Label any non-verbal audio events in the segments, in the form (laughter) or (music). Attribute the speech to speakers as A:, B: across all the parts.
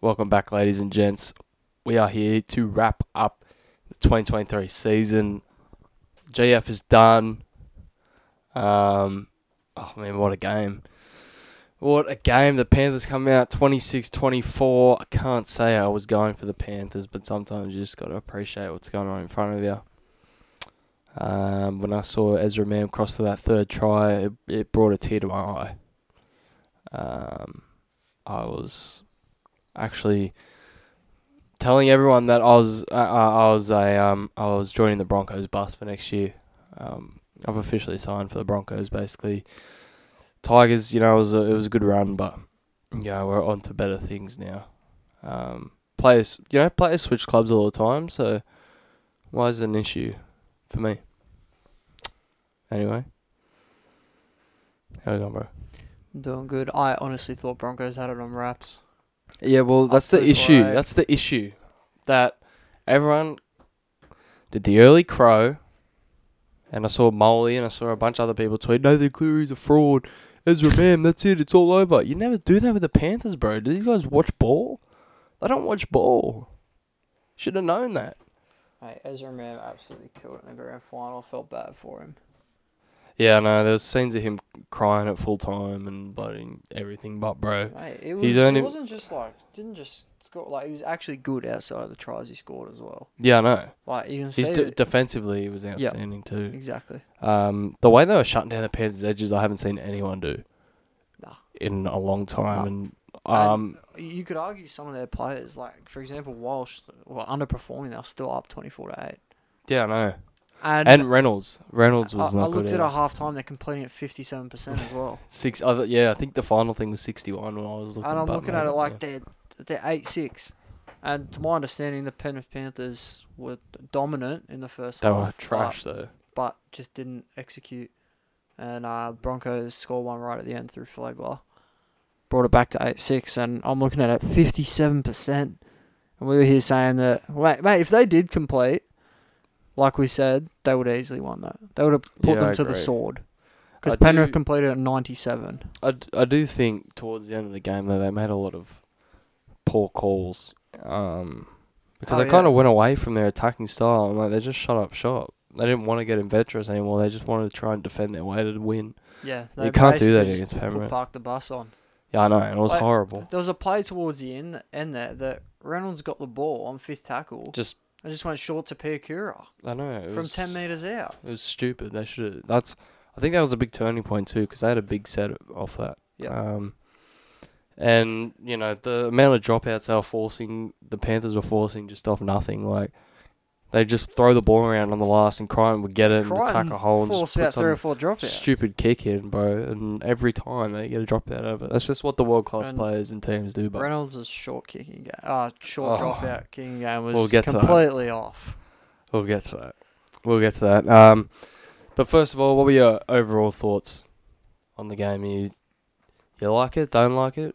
A: Welcome back, ladies and gents. We are here to wrap up the 2023 season. GF is done. Um, oh man, what a game! What a game! The Panthers come out 26-24. I can't say I was going for the Panthers, but sometimes you just got to appreciate what's going on in front of you. Um, when I saw Ezra Mam cross to that third try, it, it brought a tear to my eye. Um, I was actually telling everyone that I was I, I I was a um I was joining the Broncos bus for next year. Um, I've officially signed for the Broncos. Basically, Tigers. You know, it was a, it was a good run, but you know we're on to better things now. Um, players, you know, players switch clubs all the time, so why is it an issue for me? Anyway, how you going, bro?
B: Doing good. I honestly thought Broncos had it on wraps.
A: Yeah, well, that's the
B: Absolute
A: issue.
B: lie.
A: That's the issue. That everyone did the early crow, and I saw Molly and I saw a bunch of other people tweet, Nathan Cleary's a fraud. Ezra Mam, that's it. It's all over. You never do that with the Panthers, bro. Do these guys watch ball? They don't watch ball. Should have known that.
B: Hey, Ezra Mam absolutely killed it in the grand final. Felt bad for him.
A: Yeah, no, there was scenes of him crying at full time and bloody everything, but bro,
B: Hey, it was.
A: He's only-
B: It wasn't just like didn't just score. Like he was actually good outside of the tries he scored as well.
A: yeah, I know.
B: Like you can see
A: He's de-
B: that-
A: defensively, he was outstanding too.
B: exactly.
A: Um, the way they were shutting down the Panthers' edges, I haven't seen anyone do
B: Nah.
A: in a long time.
B: Nah.
A: And um,
B: You could argue some of their players, like for example Walsh, were underperforming. They're still up twenty four to eight.
A: yeah, I know.
B: And,
A: And Reynolds, Reynolds was
B: I, I
A: not good.
B: looked at
A: either.
B: a half time. They're completing at fifty seven percent as well.
A: six. Other, yeah, I think the final thing was sixty-one when I was looking.
B: and I'm
A: but
B: looking
A: no,
B: at it like
A: yeah.
B: they're they're eight six, and to my understanding, the Penrith Panthers were dominant in the first
A: they
B: half,
A: were
B: but-
A: trash though.
B: but, just didn't execute. And uh, Broncos score one right at the end through Flagler, brought it back to eight six, and I'm looking at it fifty seven percent, and we were here saying that mate, mate, if they did complete, like we said, they would have easily won that. They would have put
A: Yeah,
B: them
A: I
B: to
A: agree.
B: the sword.
A: I
B: Because Penrith
A: do-
B: completed at 97.
A: I, d- I do think towards the end of the game though they made a lot of poor calls um, because
B: Oh,
A: they kind
B: yeah.
A: of went away from their attacking style and like they just shut up shop. They didn't want to get adventurous anymore. They just wanted to try and defend their way to win.
B: Yeah,
A: You can't do
B: basically
A: that
B: just
A: against
B: put-
A: Penrith.
B: Parked the bus on.
A: Yeah, I know. and It was
B: Like,
A: horrible.
B: There was a play towards the end, end there that Reynolds got the ball on fifth tackle
A: Just
B: and just went short to Piakura
A: I know. It
B: from
A: was,
B: 10 metres out.
A: It was stupid. They should have. That's. I think that was a big turning point too, because they had a big set off that.
B: Yeah.
A: Um, and you know the amount of dropouts they were forcing, the Panthers were forcing just off nothing. Like they just throw the ball around on the last, and Crichton would get it and attack
B: Crichton
A: a hole and just
B: forced about
A: put
B: three or
A: some
B: four dropouts.
A: stupid kick in, bro. And every time they get a dropout over, that's just what the world class
B: And
A: players and teams do. But
B: Reynolds' short kicking game, uh, short
A: Oh.
B: dropout kicking game was
A: We'll get to that.
B: completely off.
A: We'll get to that. We'll get to that. Um, but first of all, what were your overall thoughts on the game? You you like it? Don't like it?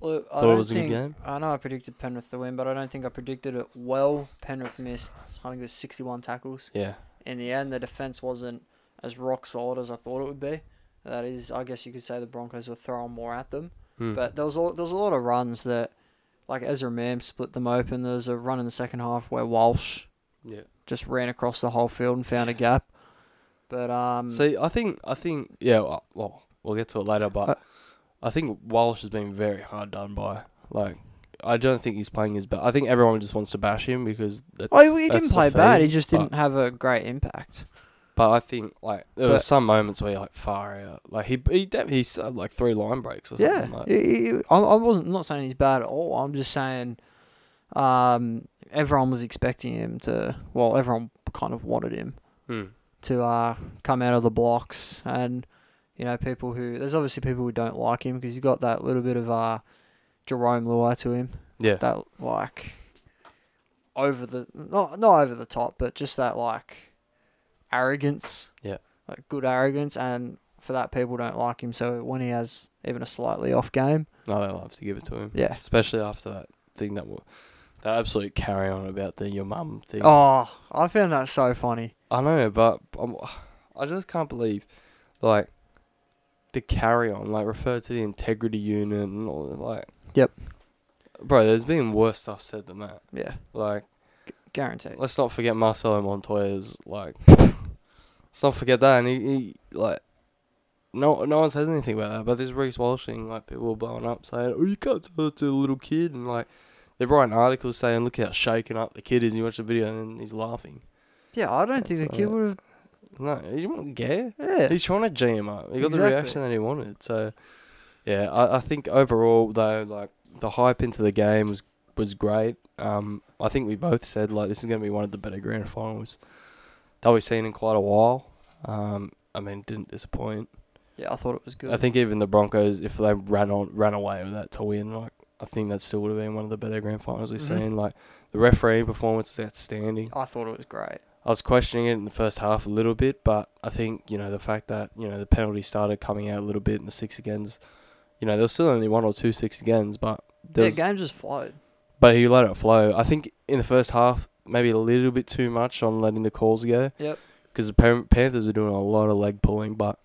B: Look, I
A: Thought it
B: don't
A: was a good
B: think,
A: game?
B: I know I predicted Penrith to win, but I don't think I predicted it well. Penrith missed, I think it was 61 tackles.
A: Yeah.
B: in the end, the defense wasn't as rock solid as I thought it would be. That is, I guess you could say the Broncos were throwing more at them.
A: Hmm.
B: But there was a, there was a lot of runs that, like Ezra Mam split them open. There was a run in the second half where Walsh
A: yeah.
B: just ran across the whole field and found a gap. But um,
A: Mm. See, I think I think yeah. Well, well we'll get to it later, but
B: Uh,
A: I think Walsh has been very hard done by. Like, I don't think he's playing his best. I think everyone just wants to bash him because that's,
B: well, oh, he
A: that's
B: didn't
A: the
B: play bad. He
A: theme,
B: just
A: but-
B: didn't have a great impact.
A: But I think like there were
B: But-
A: some moments where you're like far out. Like he he def- he had like three line breaks or
B: Yeah,
A: something. like-
B: he- he- I, I wasn't not saying he's bad at all. I'm just saying, um, everyone was expecting him to. Well, everyone kind of wanted him.
A: Hmm.
B: to uh, come out of the blocks and you know people who there's obviously people who don't like him because he's got that little bit of uh, Jerome Luai to him
A: Yeah.
B: that like over the not not over the top but just that like arrogance
A: Yeah.
B: like good arrogance and for that people don't like him so when he has even a slightly off game
A: No, they love to give it to him.
B: yeah
A: Especially after that thing that wa- that absolute carry on about the your mum thing.
B: oh I found that so funny
A: I know, but I'm, I just can't believe, like, the carry on, like, refer to the integrity unit and all that, like.
B: Yep.
A: Bro, there's been worse stuff said than that.
B: Yeah,
A: Like,
B: guaranteed.
A: let's not forget Marcelo Montoya's like. let's not forget that, and he, he like. No, no one says anything about that. But this Reese Walsh thing, like people were blowing up saying, "Oh, you can't tell that to a little kid," and like they're writing articles saying, "Look how shaken up the kid is." And you watch the video and he's laughing.
B: Yeah, I don't think the
A: That's
B: kid
A: all
B: would have.
A: No, he wouldn't care.
B: Yeah,
A: He's trying to G him up. He got
B: Exactly.
A: the reaction that he wanted. So, yeah, I, I think overall though, like the hype into the game was was great. Um, I think we both said like this is going to be one of the better grand finals that we've seen in quite a while. Um, I mean, didn't disappoint.
B: yeah, I thought it was good.
A: I think even the Broncos, if they ran on ran away with that to win, like I think that still would have been one of the better grand finals we've
B: Mhm.
A: seen. Like the refereeing performance is outstanding.
B: I thought it was great.
A: I was questioning it in the first half a little bit, but I think you know the fact that you know the penalty started coming out a little bit in the six agains, you know there was still only one or two six agains, but there
B: The
A: was,
B: game just flowed.
A: but he let it flow. I think in the first half maybe a little bit too much on letting the calls go.
B: Yep.
A: Because the Pan- Panthers were doing a lot of leg pulling, but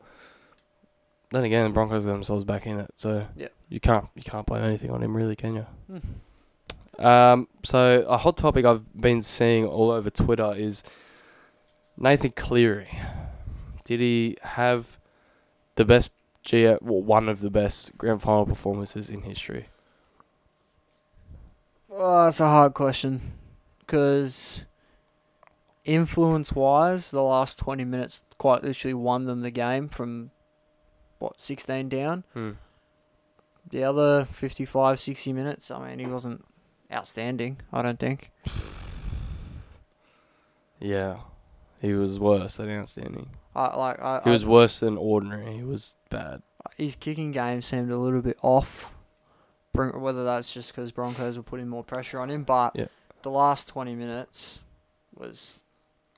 A: then again the Broncos got themselves back in it, so
B: Yep.
A: you can't you can't blame anything on him really, can you?
B: Hmm.
A: Um, so a hot topic I've been seeing all over Twitter is Nathan Cleary. Did he have the best G well, one of the best grand final performances in history?
B: Well, that's a hard question because influence wise, the last 20 minutes quite literally won them the game from what 16 down. The other 55, 60 minutes, I mean, he wasn't outstanding, I don't think.
A: (sighs) Yeah. He was worse than outstanding.
B: I like I,
A: He
B: I-
A: was worse than ordinary. He was bad.
B: his kicking game seemed a little bit off. Bron- Whether that's just because Broncos were putting more pressure on him, but
A: Yeah.
B: the last 20 minutes was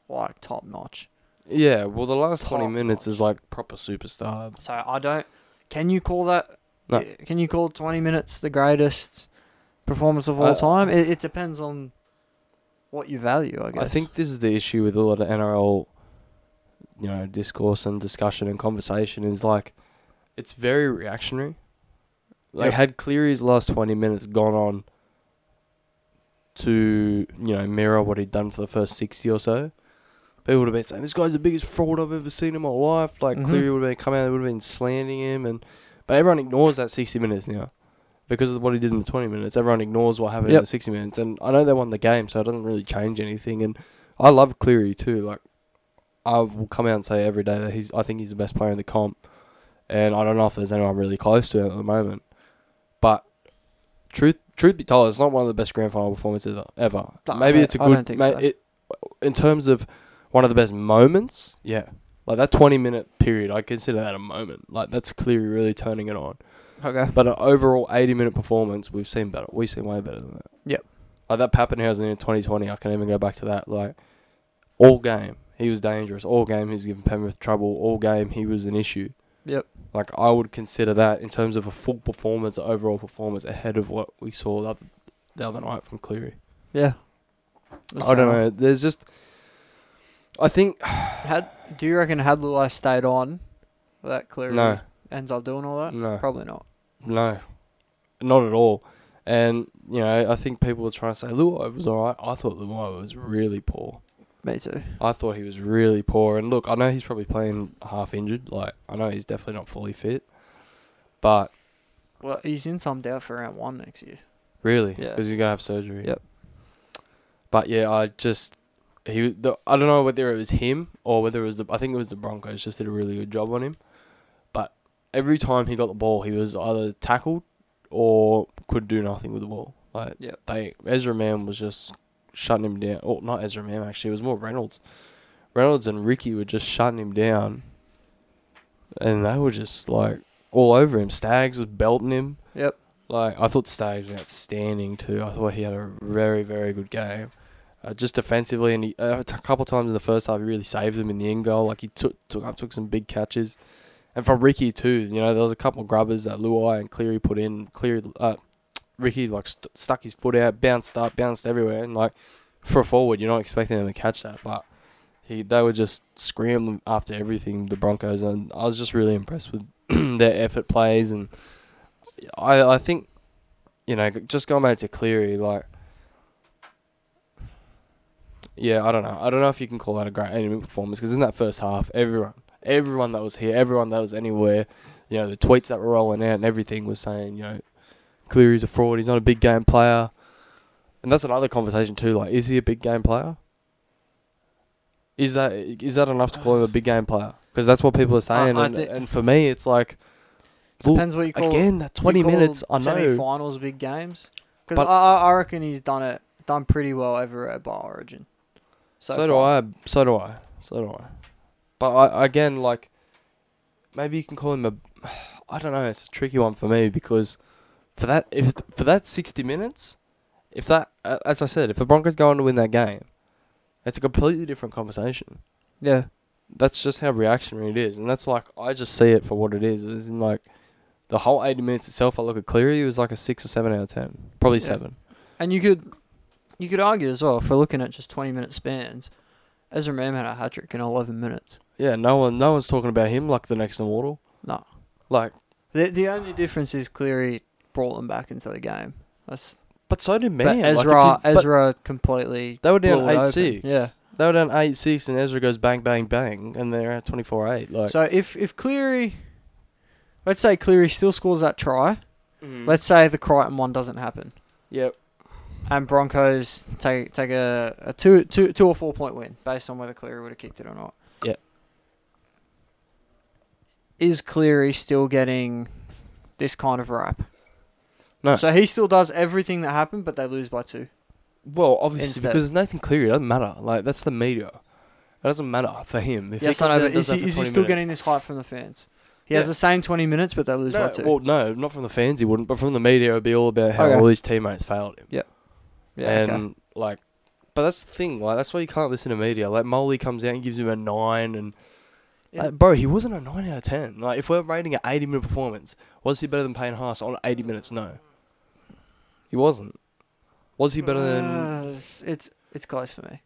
B: like top notch.
A: Yeah, well the last twenty
B: Top
A: minutes
B: notch.
A: is like proper superstar.
B: So I don't. Can you call that?
A: No.
B: y- Can you call twenty minutes the greatest performance of all
A: I-
B: time? It, it depends on what you value, I guess.
A: I think this is the issue with a lot of NRL, you know, discourse and discussion and conversation is like, it's very reactionary. Like,
B: Yep.
A: had Cleary's last twenty minutes gone on to you know mirror what he'd done for the first sixty or so, people would have been saying this guy's the biggest fraud I've ever seen in my life. Like
B: Mhm.
A: Cleary would have been coming out, they would have been slandering him, and but everyone ignores that sixty minutes now because of what he did in the 20 minutes. Everyone ignores what happened
B: Yep.
A: in the 60 minutes. And I know they won the game, so it doesn't really change anything. And I love Cleary too. Like I will come out and say every day that he's. I think he's the best player in the comp. And I don't know if there's anyone really close to him at the moment. But truth, truth be told, it's not one of the best grand final performances ever.
B: No, I
A: Maybe
B: don't-
A: it's a
B: I
A: good.
B: don't think
A: ma-
B: so.
A: it, in terms of one of the best moments, yeah. Like that 20 minute period, I consider that a moment. Like that's Cleary really turning it on.
B: Okay.
A: But an overall 80 minute performance, we've seen better. We've seen way better than that.
B: Yep.
A: Like that Pappenhausen in 2020, I can even go back to that. Like, all game, he was dangerous. All game, he was giving Penrith trouble. All game, he was an issue.
B: Yep.
A: Like, I would consider that in terms of a full performance, overall performance, ahead of what we saw the other, the other night from Cleary.
B: Yeah.
A: I don't know. There's just. I think.
B: Had do you reckon had Luai stayed on, that clearly
A: No.
B: ends up doing all that?
A: No.
B: Probably not.
A: No, not at all. And, you know, I think people were trying to say Luai was all right. I thought Luai was really poor.
B: Me too.
A: I thought he was really poor. And look, I know he's probably playing half injured. Like, I know he's definitely not fully fit. But
B: Well, he's in some doubt for round one next year.
A: really,
B: Yeah.
A: because he's gonna have surgery.
B: Yep.
A: But yeah, I just he. The, I don't know whether it was him or whether it was the. I think it was the Broncos. Just did a really good job on him. But every time he got the ball, he was either tackled or could do nothing with the ball. Like
B: Yep.
A: they Ezra Man was just shutting him down. Oh, not Ezra Man actually. It was more Reynolds. Reynolds and Ricky were just shutting him down, and they were just like all over him. Stags was belting him.
B: Yep.
A: Like I thought Stags was outstanding too. I thought he had a very very good game. Uh, just defensively, and he, uh, a couple times in the first half, he really saved them in the end goal. Like he took took up took some big catches, and from Ricky too. You know there was a couple grubbers that Luai and Cleary put in. Cleary, uh, Ricky like st- stuck his foot out, bounced up, bounced everywhere, and like for a forward, you're not expecting him to catch that, but he they were just scrambling after everything the Broncos, and I (clears throat) was just really impressed with their effort plays, and I I think you you know, g- just going back to Cleary, like, yeah, I don't know. I don't know if you can call that a great enemy performance because in that first half, everyone, everyone that was here, everyone that was anywhere, you know, the tweets that were rolling out and everything was saying, you know, Cleary's a fraud. He's not a big game player, and that's another conversation too. Like, is he a big game player? Is that is that enough to call him a big game player? Because that's what people are saying,
B: I
A: and,
B: thi-
A: and for me, it's like, look,
B: Depends what you call
A: again, that
B: you
A: twenty
B: call
A: minutes. I know.
B: Semi-finals, big games. Because
A: But-
B: I, I- I reckon he's done it, done pretty well ever at Bar Origin.
A: So,
B: So,
A: do
B: far.
A: I. So do I. So do I. But I again like maybe you can call him a. (sighs) I don't know. It's a tricky one for me because for that if for that sixty minutes, if that uh, as I said, if the Broncos go on to win that game, it's a completely different conversation.
B: Yeah.
A: That's just how reactionary it is, and that's like I just see it for what it is. As in like the whole eighty minutes itself, I look at Cleary, it was like a six or seven out of ten, probably
B: Yeah.
A: seven.
B: And you could, you could argue as well if we're looking at just twenty-minute spans. Ezra Mam had a hat trick in eleven minutes.
A: Yeah, no one, no one's talking about him like the next immortal.
B: No.
A: Like,
B: The the only difference is Cleary brought them back into the game. That's
A: but so did man.
B: but
A: Like, if
B: Ezra
A: you- but-
B: Ezra completely.
A: They were down
B: blew it
A: eight
B: open.
A: six.
B: Yeah.
A: They were down eight six and Ezra goes bang bang bang and they're at twenty four eight. Like
B: So if if Cleary, let's say Cleary still scores that try.
A: Mm. Mm-hmm.
B: Let's say the Crichton one doesn't happen,
A: Yep.
B: and Broncos take take a, a two two two or four point win based on whether Cleary would have kicked it or not.
A: Yep.
B: Is Cleary still getting this kind of rap?
A: No.
B: So he still does everything that happened, but they lose by two.
A: Well, obviously
B: Instead.
A: because Nathan Cleary it doesn't matter. Like that's the media. It doesn't matter for him. If
B: yes,
A: he comes
B: I know,
A: out
B: but
A: and does
B: is
A: that
B: he,
A: for
B: is he
A: 20
B: still
A: minutes-
B: getting this hype from the fans? He
A: Yeah.
B: has the same 20 minutes, but they lose by two.
A: No, well, no, not from the fans. He wouldn't, but from the media, it would be all about how
B: Okay.
A: all his teammates failed him.
B: yeah,
A: and uh,
B: okay.
A: like, but that's the thing. Like that's why you can't listen to media. Like Molly comes out and gives him a nine, and
B: Yeah.
A: like, bro, he wasn't a nine out of ten. Like if we're rating an eighty minute performance, was he better than Payne Haas on eighty minutes? No, he wasn't. Was he better than?
B: (sighs) Uh, it's- it's it's close for me.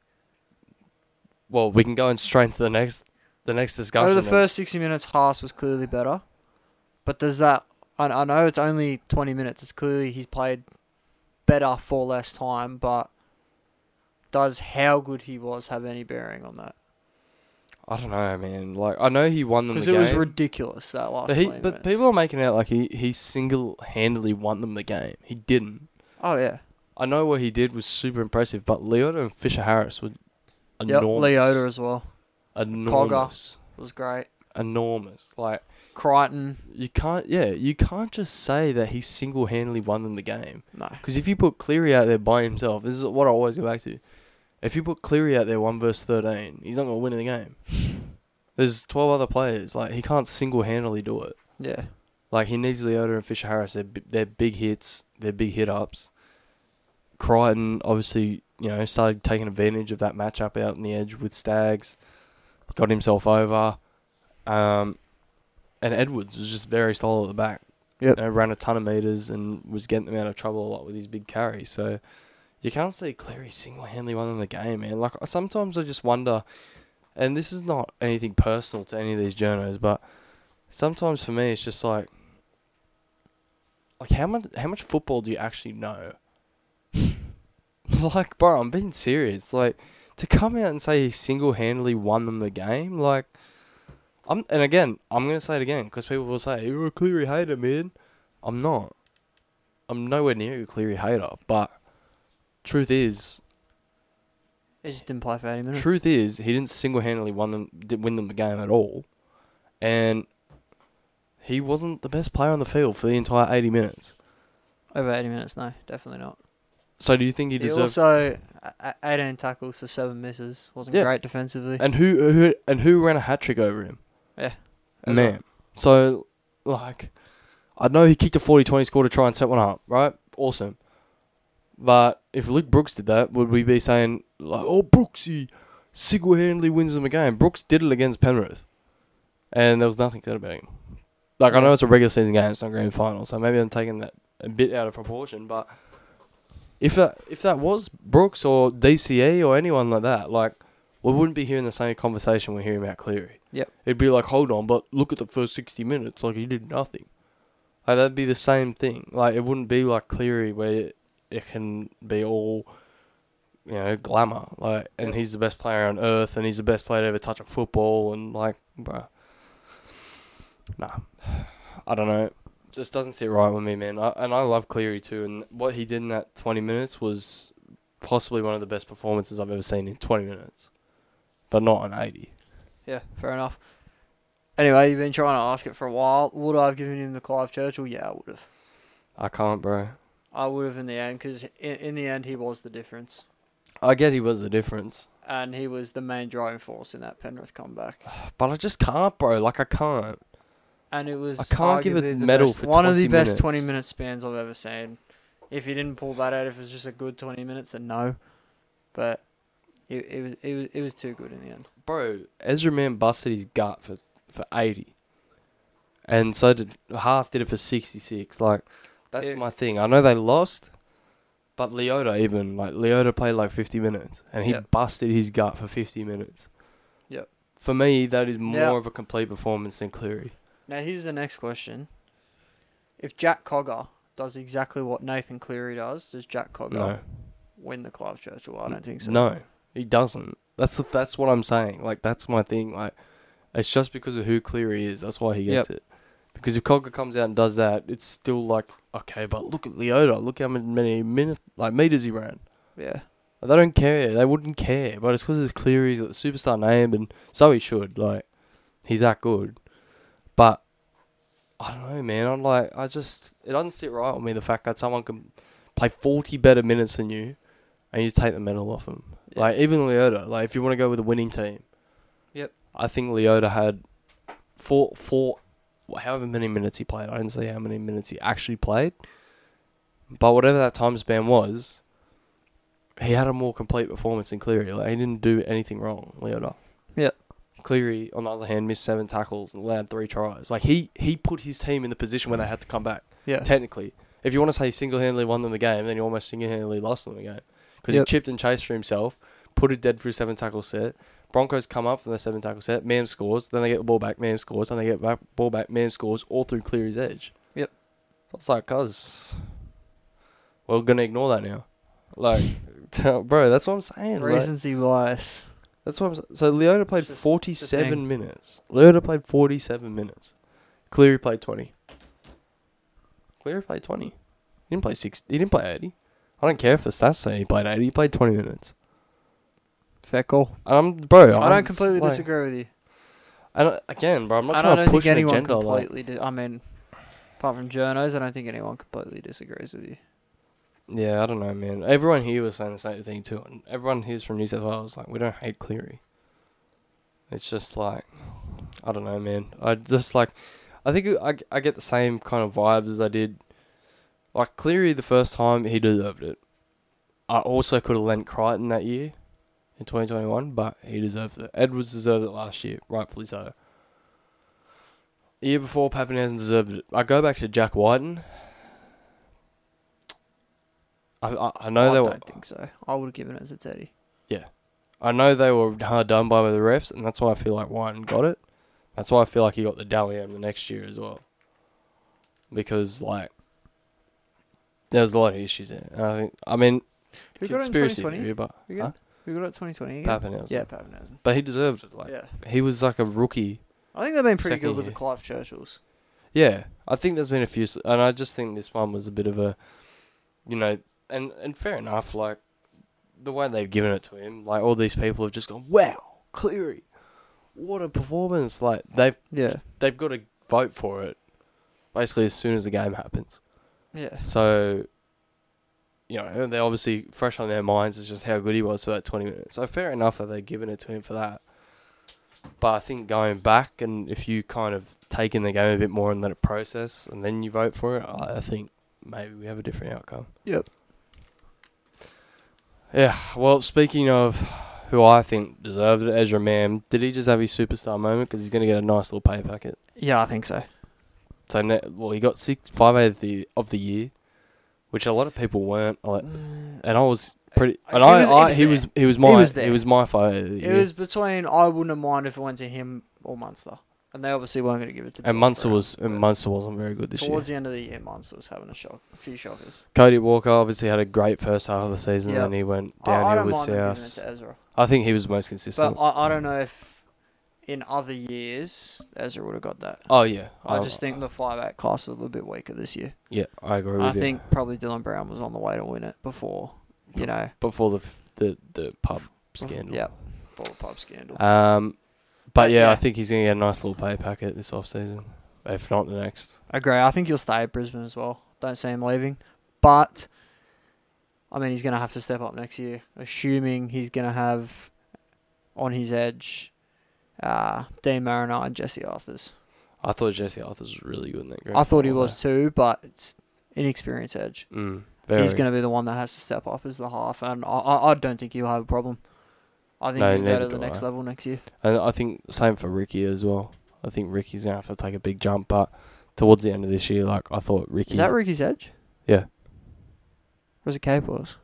A: Well, we can go and straight into the next, the next discussion.
B: Over the
A: then.
B: first 60 minutes, Haas was clearly better. But does that. I, I know it's only 20 minutes. It's clearly he's played better for less time, but does how good he was have any bearing on that?
A: I don't know, man. Like I know he won them the
B: Because it
A: game,
B: was ridiculous that last
A: but he,
B: 20
A: but
B: minutes.
A: people are making out like he he single handedly won them the game. He didn't.
B: Oh, yeah.
A: I know what he did was super impressive, but Leota and Fisher Harris were
B: Yep.
A: enormous.
B: Leota as well.
A: enormous,
B: Was great.
A: enormous. Like
B: Crichton.
A: you can't, yeah, you can't just say that he single-handedly won them the game.
B: No.
A: Because if you put Cleary out there by himself, this is what I always go back to. If you put Cleary out there one verse thirteen, he's not gonna win the game. There's twelve other players. Like he can't single-handedly do it.
B: Yeah.
A: Like he needs Leota and Fisher Harris. They're, bi- they're big hits. They're big hit ups. Crichton obviously, you know, started taking advantage of that matchup out in the edge with Stags. Got himself over. Um, and Edwards was just very solid at the back.
B: Yep.
A: You know, uh, ran a ton of meters and was getting them out of trouble a lot with his big carry. So you can't see Cleary single handedly won the game, man. Like I- sometimes I just wonder, and this is not anything personal to any of these journos, but sometimes for me it's just like like how much how much football do you actually know? (laughs) like, bro, I'm being serious. Like to come out and say he single handedly won them the game, like I'm and again, I'm gonna say it again because people will say you're a Cleary hater, man. I'm not. I'm nowhere near a Cleary hater, but truth is,
B: He just didn't play for 80 minutes.
A: truth is, he didn't single handedly won them did win them the game at all, and he wasn't the best player on the field for the entire eighty minutes.
B: Over 80 minutes, no. Definitely not.
A: So do you think he
B: He,
A: deserves?
B: also a- a- 18 tackles for seven misses. Wasn't
A: Yeah.
B: great defensively.
A: And who who and who ran a hat trick over him?
B: As
A: Man.
B: well.
A: So, like, I know he kicked a 40 20 score to try and set one up, right? Awesome. But if Luke Brooks did that, would we be saying, like, oh, Brooks, he single handedly wins them a game? Brooks did it against Penrith. And there was nothing said about him. Like, I know it's a regular season game, it's not grand final, so maybe I'm taking that a bit out of proportion, but. If that if that was Brooks or DCE or anyone like that, like we wouldn't be hearing the same conversation we're hearing about Cleary.
B: Yep.
A: It'd be like, hold on, but look at the first 60 minutes. Like, he did nothing. Like that'd be the same thing. Like it wouldn't be like Cleary where it, it can be all, you know, glamour. Like and
B: Yeah.
A: he's the best player on earth, and he's the best player to ever touch a football, and like, bruh. Nah, (sighs) I don't know. Just doesn't sit right with me, man. I, and I love Cleary too. And what he did in that twenty minutes was possibly one of the best performances I've ever seen in twenty minutes, but not an eighty.
B: Yeah, fair enough. Anyway, you've been trying to ask it for a while. Would I have given him the Clive Churchill? Yeah, I would have.
A: I can't, bro.
B: I would have in the end because in, in the end he was the difference,
A: I get he was the difference, (sighs)
B: and he was the main driving force in that Penrith comeback.
A: but I just can't, bro. Like I can't.
B: And it was
A: I can't give a
B: arguably the
A: medal
B: best-
A: for
B: one of the
A: 20
B: best
A: minutes.
B: twenty minute spans I've ever seen. If he didn't pull that out, if it was just a good twenty minutes, then no. But it, it was it was it was too good in the end.
A: bro, Ezra Man busted his gut for, for 80. And so did Haas did it for 66. Like, that's
B: Yeah.
A: my thing. I know they lost, but Leota even, like, Leota played like 50 minutes and he
B: Yep.
A: busted his gut for 50 minutes.
B: Yep.
A: For me, that is more
B: Now-
A: of a complete performance than Cleary.
B: Now here's the next question: If Jack Cogger does exactly what Nathan Cleary does, does Jack Cogger
A: No.
B: win the Clive Churchill? I don't think so.
A: No, he doesn't. That's the, that's what I'm saying. Like that's my thing. Like it's just because of who Cleary is. That's why he gets it. Because if Cogger comes out and does that, it's still like okay, but look at Leota. Look how many minutes, like meters he ran.
B: Yeah.
A: Like, they don't care. They wouldn't care. But it's because it's Cleary's a superstar name, and so he should. Like he's that good. But I don't know, man. I'm like I just it doesn't sit right with me the fact that someone can play 40 better minutes than you, and you take the medal off him.
B: Yeah.
A: Like even Leota, like if you want to go with a winning team.
B: Yep.
A: I think Leota had four four wh- however many minutes he played. I didn't see how many minutes he actually played. But whatever that time span was, he had a more complete performance than Cleary. Like he didn't do anything wrong, Leota.
B: Yep.
A: Cleary, on the other hand, missed seven tackles and allowed three tries. Like he he put his team in the position where they had to come back
B: Yeah.
A: technically. If you want to say single handedly won them the game, then you almost single handedly lost them the game. Because
B: Yep.
A: he chipped and chased for himself, put it dead through seven tackle set. Broncos come up from the seven tackle set, Mam scores, then they get the ball back, Mam scores, then they get back, ball back, Mam scores, all through Cleary's edge.
B: Yep.
A: So it's like, cuz, we're going to ignore that now. Like, (laughs) bro, that's what I'm saying. like-
B: Recency bias.
A: that's what I'm saying. So Leota played
B: It's just the
A: 47
B: thing.
A: minutes. Leota played 47 minutes. Cleary played 20. Cleary played 20. He didn't play 60. He didn't play 80. I don't care if the stats say he played 80. He played 20 minutes.
B: Fair call.
A: Um, bro,
B: I
A: I'm just
B: don't completely
A: like-
B: disagree with you.
A: I don't, again, bro, I'm not
B: And I
A: trying
B: don't
A: to push
B: think
A: an
B: anyone
A: agenda. Like,
B: completely. Di- I mean, apart from journos, I don't think anyone completely disagrees with you.
A: yeah, I don't know, man. Everyone here was saying the same thing too, and everyone here's from New South Wales. Like, we don't hate Cleary. It's just like, I don't know, man. I just like, I think I, I get the same kind of vibes as I did. Like Cleary, the first time he deserved it. I also could have lent Crichton that year, in 2021, but he deserved it. Edwards deserved it last year, rightfully so. The year before, Pappenhausen deserved it. I go back to Jack Whiten. I I, I know
B: I
A: they
B: don't
A: were
B: think so. I would have given it to Teddy.
A: I know they were hard done by by the refs, and that's why I feel like Whiten got it. That's why I feel like he got the Dally M the next year as well. Because, like, there was a lot of issues in it. And I, think, I mean,
B: Who got it in
A: conspiracy
B: 2020?
A: theory, but
B: Who got, who got it? Twenty twenty.
A: huh? Pappenhausen.
B: Yeah, Pappenhausen.
A: But he deserved it. Like,
B: yeah,
A: He was like a rookie.
B: I think they've been pretty
A: second
B: good with the
A: year.
B: Clive Churchills.
A: Yeah, I think there's been a few, s- and I just think this one was a bit of a, you know, and and fair enough. Like the way they've given it to him, like all these people have just gone, "Wow, Cleary, what a performance!" Like they've
B: Yeah,
A: they've got to vote for it, basically as soon as the game happens.
B: yeah,
A: So, you know, they obviously fresh on their minds is just how good he was for that 20 minutes. So fair enough that they've given it to him for that. But I think going back and if you kind of take in the game a bit more and let it process and then you vote for it, I I think maybe we have a different outcome.
B: Yep.
A: Yeah. Well, speaking of who I think deserved it, Ezra Mam, did he just have his superstar moment? Because he's going to get a nice little pay packet.
B: yeah. I think so.
A: So ne- well, he got six five eight of the of the year, which a lot of people weren't. Like,
B: Mm,
A: and I was pretty.
B: I-
A: And
B: he
A: I,
B: was- he
A: I
B: was
A: he
B: there.
A: was he was my he
B: was
A: was,
B: there.
A: my five eight of the
B: It
A: year.
B: was between I wouldn't have minded if it went to him or Munster. and they obviously weren't going to give it to.
A: And
B: Dylan
A: Munster
B: Brown,
A: was
B: but
A: and Munster wasn't very good this year.
B: towards the end of the year, Munster was having a shock, a few shockers.
A: Cody Walker obviously had a great first half of the season,
B: Yeah.
A: and then he went
B: I, I
A: downhill
B: don't
A: with
B: mind them giving it
A: South. Mm.
B: to Ezra,
A: I think he was most consistent.
B: but I, I don't know if in other years Ezra would have got that.
A: oh yeah,
B: I
A: Um,
B: just think the five-out class was a little bit weaker this year.
A: yeah, I agree with
B: I
A: you.
B: think probably Dylan Brown was on the way to win it before, you know.
A: before the f- the the pub scandal.
B: Yeah, before the pub scandal.
A: Um, but
B: But
A: yeah, I
B: yeah.
A: think he's gonna get a nice little pay packet this off season, if not the next.
B: Agree. I think he'll stay at Brisbane as well. Don't see him leaving. But I mean, he's going to have to step up next year, assuming he's going to have on his edge uh, Dean Mariner and Jesse Arthurs.
A: I thought Jesse Arthurs was really good in that grand
B: I thought he
A: final,
B: was too, but it's inexperienced edge.
A: though. Mm, very.
B: He's going to be the one that has to step up as the half, and I, I, I don't think he'll have a problem. I think
A: No,
B: he'll go
A: neither
B: to the
A: do
B: next
A: I.
B: level next year.
A: And I think same for Ricky as well. I think Ricky's gonna have to take a big jump, but towards the end of this year, like I thought Ricky.
B: Is that Ricky's edge?
A: Yeah.
B: Where's it Cape Walls?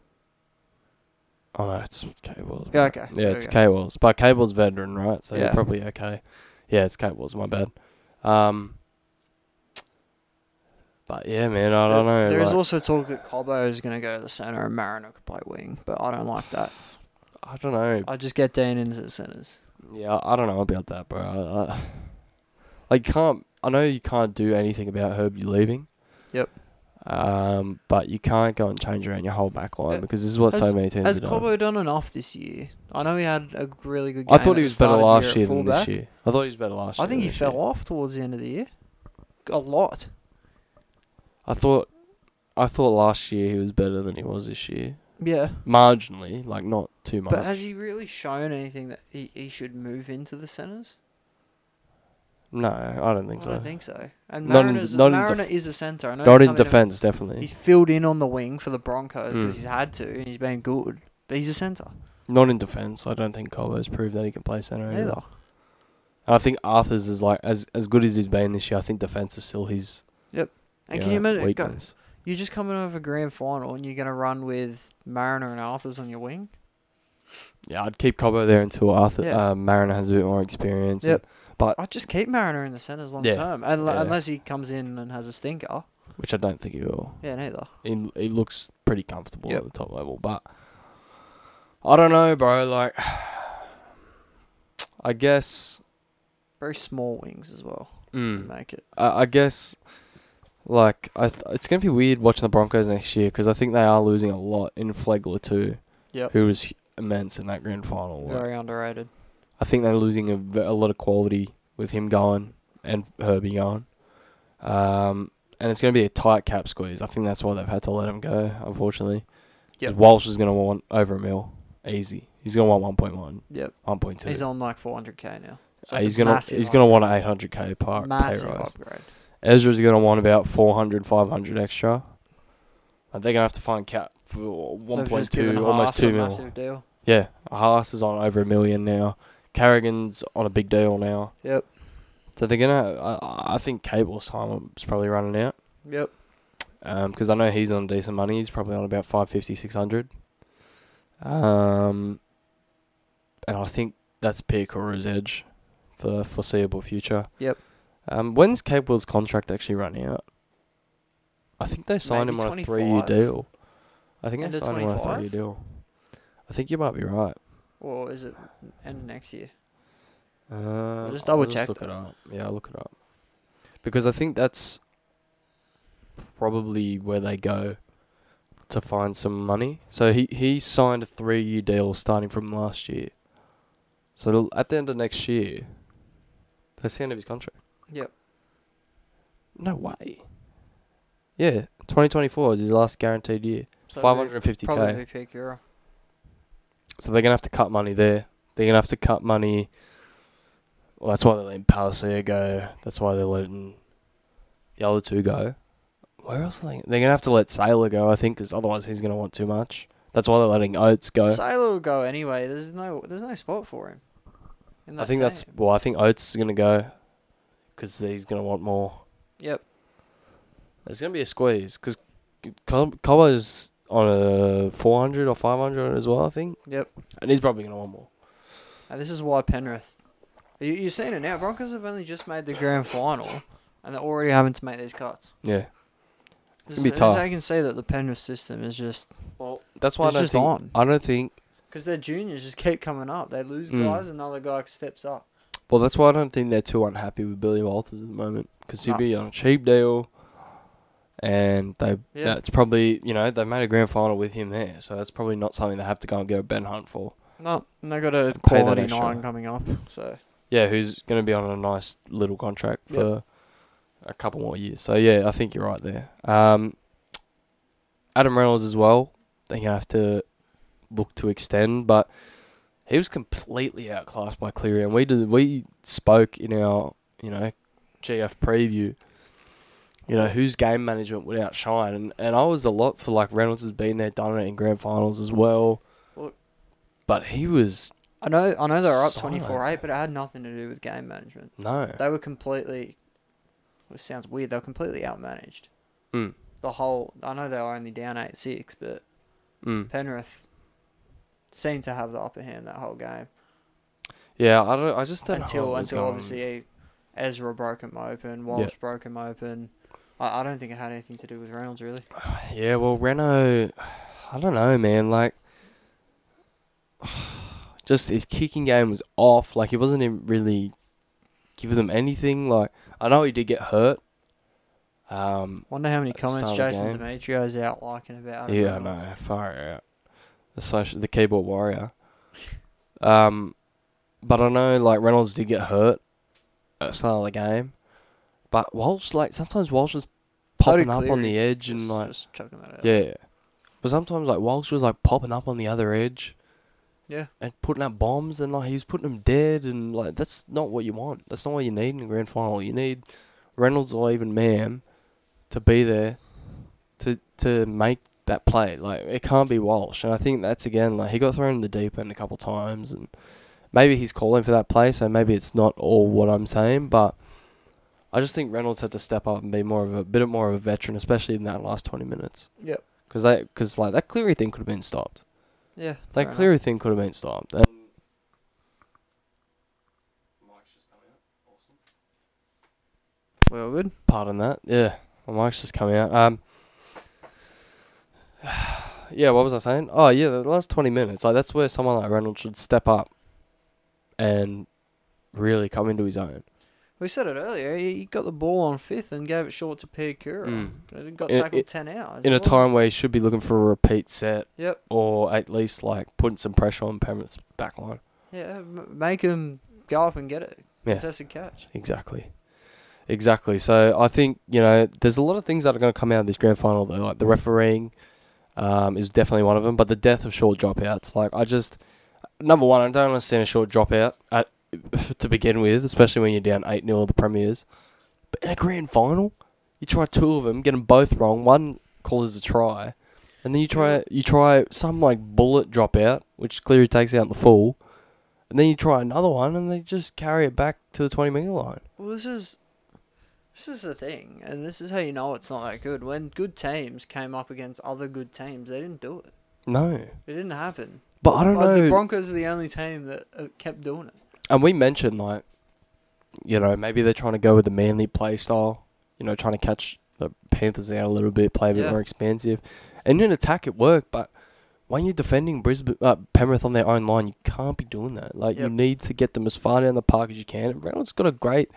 A: oh no, it's K Wells.
B: Yeah, okay.
A: Yeah,
B: There
A: it's
B: we
A: K Wells, but K Wells veteran, right? So yeah.
B: Yeah.
A: probably okay. Yeah, it's K Wells. My bad. Um. But yeah, man, I don't know.
B: There is
A: like-
B: also talk that Cobbo is going to go to the centre and Mariner could play wing, but I don't like that.
A: I don't know.
B: I just get Dean into the centres.
A: Yeah, I don't know about that, bro. I, I, like, you can't. I know you can't do anything about Herbie leaving.
B: Yep.
A: Um, but you can't go and change around your whole back line
B: Yeah.
A: because this is what so
B: Has-
A: many teams
B: Has
A: have done.
B: Cobbo done enough this year? I know he had a really good game.
A: I thought
B: at the
A: he was better
B: start of the
A: last
B: at
A: year than this
B: fullback.
A: year. I thought he was better last year.
B: I think
A: than
B: he
A: this
B: fell
A: year.
B: off towards the end of the year. A lot.
A: I thought, I thought last year he was better than he was this year,
B: Yeah.
A: marginally, like not too much.
B: But has he really shown anything that he, he should move into the centres?
A: No, I don't think
B: I
A: so.
B: don't think so. And
A: Not in-
B: Mariner's,
A: not in def-
B: Mariner is a centre. I know
A: Not
B: he's
A: in
B: come a-
A: defense, definitely.
B: He's filled in on the wing for the Broncos
A: Mm.
B: because he's had to and he's been good. But he's a centre.
A: Not in defense. I don't think Colbo's proved that he can play center either.
B: Neither.
A: And I think Arthur's is like as as good as he's been this year. I think defense is still his.
B: And can you
A: know,
B: imagine? Go,
A: weakness.
B: you're just coming over a grand final and you're going to run with Mariner and Arthurs on your wing?
A: Yeah, I'd keep Cobo there until Arthur
B: Yeah.
A: uh, Mariner has a bit more experience. and-
B: Yep. I'd just keep Mariner in the centres long
A: Yeah.
B: term. Unle-
A: Yeah.
B: Unless he comes in and has a stinker.
A: which I don't think he will.
B: Yeah, neither.
A: He he looks pretty comfortable
B: Yep.
A: at the top level, but I don't know, bro. Like, I guess,
B: Very small wings as well.
A: mm,
B: Make it.
A: I, I guess, like, I th- it's gonna be weird watching the Broncos next year because I think they are losing a lot in Flegler too,
B: Yep.
A: who was immense in that grand final. Like,
B: Very underrated.
A: I think they're losing a, v- a lot of quality with him going and Herbie going. Um, and it's going to be a tight cap squeeze. I think that's why they've had to let him go, unfortunately. 'Cause
B: Yep.
A: Walsh is going to want over a mil. Easy. He's going to want 1.1,
B: Yep.
A: 1.2.
B: He's on like 400k now. So
A: Uh,
B: it's
A: he's
B: a
A: going to
B: massive
A: he's going to
B: upgrade.
A: want an 800k par, pay
B: Massive
A: rise.
B: upgrade.
A: Ezra's going to want about 400, 500 extra. And they're going to have to find cap for
B: They've just given
A: 1.2, almost
B: Haas
A: 2
B: a
A: mil.
B: Massive deal.
A: Yeah, Haas is on over a million now. Carrigan's on a big deal now.
B: Yep.
A: So they're gonna. I, I think Cable's time is probably running out
B: Yep.
A: because I know he's on decent money. He's probably on about 550, 600. Um, and I think that's Pierre Cora's edge for the foreseeable future.
B: Yep.
A: Um, when's Cable's contract actually running out? I think they signed
B: Maybe
A: him on a three-year
B: 25.
A: deal. I think
B: End
A: they
B: of
A: signed him on a
B: 25?
A: three-year deal. I think you might be right.
B: Or is it end of next year?
A: Uh,
B: just double
A: I'll
B: check
A: Look it
B: that.
A: up. Yeah, I'll look it up. Because I think that's probably where they go to find some money. So he he signed a three year deal starting from last year. So it'll- at the end of next year, that's the end of his contract.
B: Yep.
A: No way. Yeah, 2024 is his last guaranteed year.
B: So it'd be
A: 550k.
B: Probably be Pierre Cora.
A: So they're gonna have to cut money there. They're gonna have to cut money. Well, that's why they're letting Palacio go. That's why they're letting the other two go. Where else are they? They're gonna have to let Sailor go, I think, because otherwise he's gonna want too much. That's why they're letting Oates go.
B: Sailor will go anyway. There's no there's no spot for him. in
A: I
B: that
A: think that's
B: team.
A: well. I think Oates is gonna go because he's gonna want more.
B: yep.
A: There's gonna be a squeeze because Cobo's on a 400 or 500 as well, I think,
B: Yep.
A: and he's probably gonna want more.
B: And this is why Penrith You, you've seen it now. Broncos have only just made the grand final, and they're already having to make these cuts.
A: Yeah,
B: It's
A: gonna be tough.
B: I can see that the Penrith system is just well
A: that's why
B: It's
A: I don't
B: just
A: think.
B: on.
A: I don't think.
B: because their juniors just keep coming up. They lose
A: Mm.
B: guys, another guy steps up.
A: Well, that's why I don't think they're too unhappy with Billy Walters at the moment because he'd
B: No.
A: be on a cheap deal, and they
B: Yeah.
A: that's probably you know they made a grand final with him there, so that's probably not something they have to go and get a Ben Hunt for.
B: No, and they got
A: pay
B: a
A: that
B: quality
A: extra.
B: nine coming up. So
A: Yeah, who's going to be on a nice little contract
B: Yep.
A: for a couple more years. So yeah, I think you're right there. Um, Adam Reynolds as well. They're going to have to look to extend, but he was completely outclassed by Cleary, and we did we spoke in our you know GF preview. You know whose game management would outshine, and, and I was a lot for like Reynolds has been there, done it in grand finals as well.
B: Well-
A: But he was
B: I know I know they're up
A: Solid.
B: twenty four eight, but it had nothing to do with game management.
A: no.
B: They were completely. It sounds weird. They were completely outmanaged.
A: Mm,
B: The whole I know they were only down eight six, but
A: mm.
B: Penrith seemed to have the upper hand that whole game
A: Yeah, I don't. I just don't know.
B: until
A: what was
B: until
A: going on.
B: obviously Ezra broke him open, Walsh broke him open. I, I don't think it had anything to do with Reynolds really.
A: (sighs) Yeah, well, Renault. (sighs) I don't know, man. Like, (sighs) just his kicking game was off. Like, he wasn't even really giving them anything. Like, I know he did get hurt. Um.
B: Wonder how many
A: At the
B: comments
A: start of the
B: Jason
A: game.
B: Demetrio's out liking about. Adam
A: yeah,
B: Reynolds.
A: I know. Far out. The social, the keyboard warrior. Um, but I know like Reynolds did get hurt at the start of the game, but Walsh like sometimes Walsh was
B: So did
A: popping up on
B: Cleary.
A: the edge and
B: Just,
A: like
B: just chucking that out.
A: Yeah. But sometimes like Walsh was like popping up on the other edge
B: yeah.
A: and putting up bombs and like he was putting them dead and like that's not what you want. That's not what you need in a grand final. You need Reynolds or even Mam to be there to to make that play. Like it can't be Walsh. And I think that's again like he got thrown in the deep end a couple times and maybe he's calling for that play, so maybe it's not all what I'm saying, but I just think Reynolds had to step up and be more of a bit more of a veteran, especially in that last twenty minutes.
B: Yep.
A: Because that, because like that Cleary thing could have been stopped.
B: Yeah. fair
A: That
B: enough.
A: Cleary thing could have been stopped. And
B: We all good.
A: pardon that. Yeah, my mic's just coming out. Um. (sighs) Yeah, what was I saying? Oh yeah, the last twenty minutes. Like that's where someone like Reynolds should step up, and really come into his own.
B: We said it earlier. He he got the ball on fifth and gave it short to Piacura.
A: Mm.
B: And got
A: In-
B: tackled
A: in-
B: ten out.
A: In a time where he should be looking for a repeat set
B: Yep.
A: or at least like putting some pressure on Penrith's back line.
B: Yeah. m- Make him go up and get it.
A: Yeah.
B: Contested catch.
A: Exactly. Exactly. So I think, you know, there's a lot of things that are going to come out of this grand final, though. Like the refereeing um, is definitely one of them, but the death of short dropouts. Like, I just, number one, I don't understand a short dropout at, (laughs) to begin with, especially when you're down 8 0 the Premiers. But in a grand final, you try two of them, get them both wrong. One causes a try. And then you try you try some like bullet dropout, which clearly takes out the full, and then you try another one, and they just carry it back to the twenty meter line.
B: Well, this is this is the thing, and this is how you know it's not that good. When good teams came up against other good teams, they didn't do it.
A: No.
B: It didn't happen.
A: But I don't
B: Like,
A: know.
B: The Broncos are the only team that uh, kept doing it.
A: and we mentioned, like, you know, maybe they're trying to go with the manly play style, you know, trying to catch the Panthers out a little bit, play a bit
B: Yeah.
A: more expansive. And in attack, it worked, but when you're defending Brisbane, uh, Penrith on their own line, you can't be doing that. Like, you
B: Yep.
A: need to get them as far down the park as you can. And Reynolds got a great.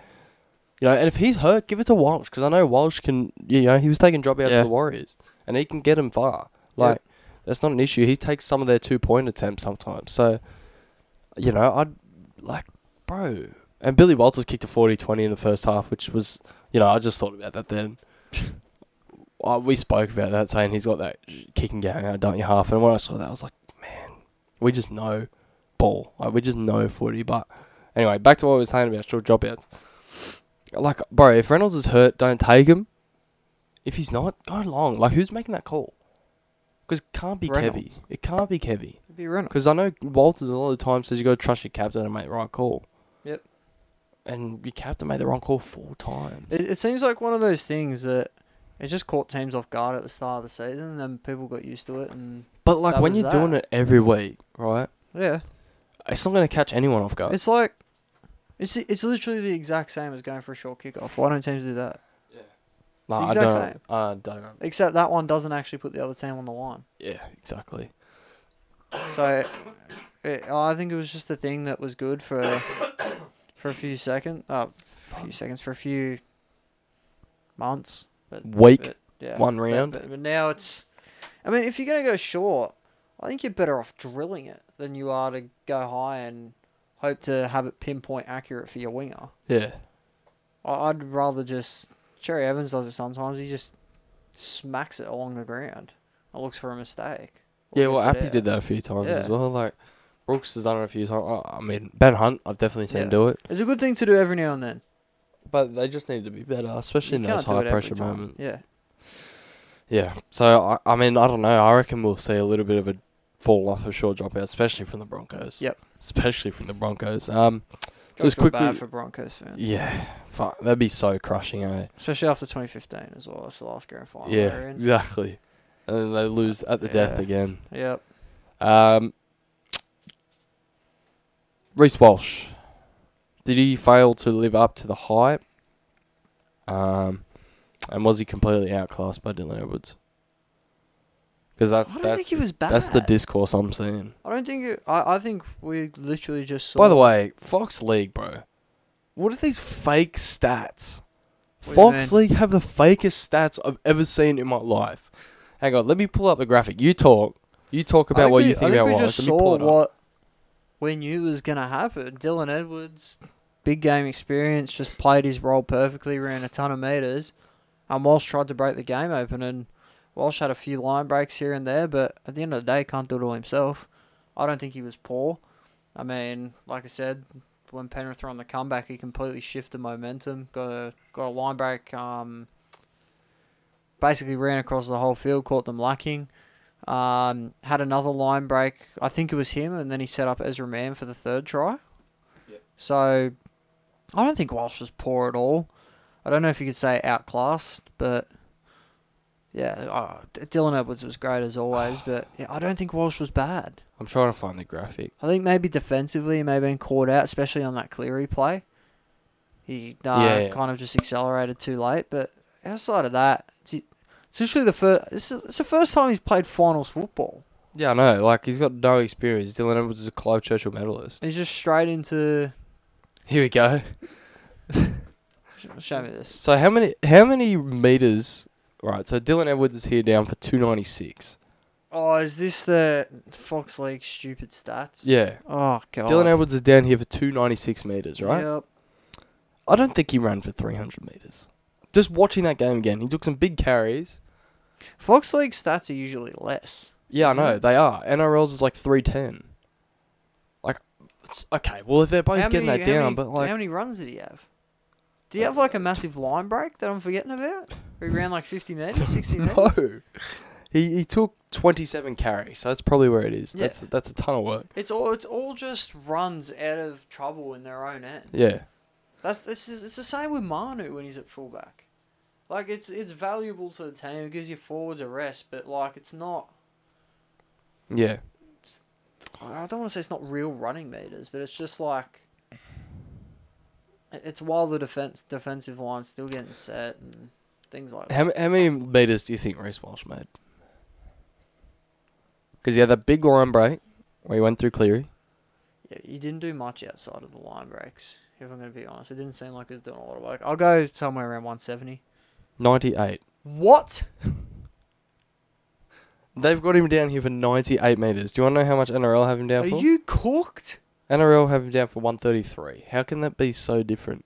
A: You know, and if he's hurt, give it to Walsh because I know Walsh can. You know, he was taking dropouts
B: Yeah.
A: for the Warriors, and he can get him far.
B: Yeah.
A: Like that's not an issue. He takes some of their two point attempts sometimes. So, you know, I'd like, bro. And Billy Walters kicked a 40-20 in the first half, which was, you know, I just thought about that then. Uh, we spoke about that, saying he's got that sh- kicking game out, don't you, half? And when I saw that, I was like, man, we just know ball. Like, we just know footy. But anyway, back to what we were saying about short dropouts. Like, bro, if Reynolds is hurt, don't take him. If he's not, go long. Like, who's making that call? Because it can't be Kevy.
B: Reynolds.
A: It can't be Kevy.
B: It'd be Reynolds.
A: Because I know Walters a lot of the time says you got to trust your captain and make the right call.
B: Yep.
A: And your captain made the wrong call four times.
B: It, it seems like one of those things that it just caught teams off guard at the start of the season, and then people got used to it, and
A: but like
B: that
A: when
B: was
A: you're doing
B: that.
A: it every week, right?
B: yeah,
A: It's not going to catch anyone off guard.
B: it's like It's it's literally the exact same as going for a short kickoff. Why don't teams do that?
A: No,
B: the
A: I
B: exact
A: don't.
B: same.
A: I don't.
B: Except that one doesn't actually put the other team on the line.
A: Yeah, exactly.
B: So it, I think it was just a thing that was good for for a few seconds. Uh, few seconds for a few months. But
A: Week,
B: but, yeah,
A: one
B: but-
A: round.
B: But, but now it's. I mean, if you're gonna go short, I think you're better off drilling it than you are to go high and hope to have it pinpoint accurate for your winger.
A: Yeah,
B: I- I'd rather just Cherry Evans does it sometimes. He just smacks it along the ground. and looks for a mistake. or
A: yeah. Well,
B: gets it
A: Appy
B: out.
A: did that a few times as
B: Yeah.
A: well. Like Brooks has done it a few times. I I mean, Ben Hunt, I've definitely seen
B: Yeah.
A: do it,
B: It's a good thing to do every now and then.
A: but they just need to be better, especially
B: You
A: in those
B: can't do it
A: high
B: every
A: pressure
B: time.
A: moments.
B: Yeah,
A: Yeah. So I, I mean, I don't know. I reckon we'll see a little bit of a fall off, a short dropout, especially from the Broncos.
B: Yep.
A: Especially from the Broncos. Um.
B: Gotta
A: Just
B: feel bad
A: quickly-
B: for Broncos fans.
A: Yeah. Fuck. That'd be so crushing, eh?
B: especially after 2015 as well. That's the last grand final.
A: yeah.
B: they're in.
A: Exactly. And then they lose at the death
B: Yeah.
A: again.
B: Yep.
A: Um. Reese Walsh. Did he fail to live up to the hype? Um, and was he completely outclassed by Dylan Edwards? Because that's
B: I don't
A: that's
B: think
A: the,
B: he was bad.
A: that's the discourse I'm seeing.
B: I don't think. It, I I think we literally just. Saw
A: By the way, Fox League, bro. What are these fake stats?
B: What do you
A: Fox
B: mean?
A: League have the fakest stats I've ever seen in my life. Hang on, let me pull up the graphic. You talk. You talk
B: I
A: about what
B: we-
A: you think
B: I think
A: about
B: we
A: Wallace.
B: just
A: let me pull
B: saw
A: it up.
B: what we knew was gonna happen. Dylan Edwards, big game experience, just played his role perfectly, ran a ton of meters, and Walsh tried to break the game open. And Walsh had a few line breaks here and there, but at the end of the day, can't do it all himself. I don't think he was poor. I mean, like I said, when Penrith were on the comeback, he completely shifted momentum. Got a got a line break. Um, basically ran across the whole field, caught them lacking. Um, had another line break. I think it was him, and then he set up Ezra Mann for the third try.
A: Yep.
B: So, I don't think Walsh was poor at all. I don't know if you could say outclassed, but yeah, uh, Dylan Edwards was great
A: (sighs)
B: as always. but yeah, I don't think Walsh was bad.
A: I'm trying to find the graphic.
B: I think maybe defensively he may have been caught out, especially on that Cleary play. He uh,
A: Yeah, yeah.
B: kind of just accelerated too late. But outside of that, it's, it's literally the first. It's, it's the first time he's played finals football.
A: Yeah, I know. Like he's got no experience. Dylan Edwards is a Clive Churchill medalist. (laughs)
B: He's just straight into.
A: Here we go.
B: sh- Show me this.
A: So how many how many meters? Right. So Dylan Edwards is here down for 296.
B: Oh, is this the Fox League stupid stats?
A: Yeah.
B: Oh god.
A: Dylan Edwards is down here for 296 meters. Right.
B: Yep.
A: I don't think he ran for 300 meters. Just watching that game again, he took some big carries.
B: Fox League stats are usually less.
A: Yeah, I
B: Isn't
A: know
B: it?
A: they are. NRLs is like 310. Like, it's- okay, well if they're both
B: How
A: getting
B: many-
A: that
B: how
A: down,
B: many-
A: but like,
B: how many runs did he have? Did he have like a massive line break that I'm forgetting about? Where he ran like
A: (laughs)
B: 50 meters, 60 meters.
A: no, he he took 27 carries. So that's probably where it is.
B: Yeah.
A: That's that's a ton of work.
B: It's all it's all just runs out of trouble in their own end.
A: Yeah,
B: That's this is it's the same with Manu when he's at fullback. Like it's it's valuable to the team. It gives your forwards a rest, but like it's not.
A: yeah,
B: I don't want to say it's not real running meters, but it's just like it- it's while the defense defensive line's still getting set and things like that.
A: How, ma- how many meters do you think Reese Walsh made? Because he had that big line break where he went through Cleary.
B: Yeah, he didn't do much outside of the line breaks. If I'm going to be honest, it didn't seem like he was doing a lot of work. I'll go somewhere around 170.
A: 98.
B: What?
A: They've got him down here for 98 meters. Do you want to know how much NRL have him down
B: Are
A: for?
B: you cooked?
A: NRL have him down for 133. How can that be so different?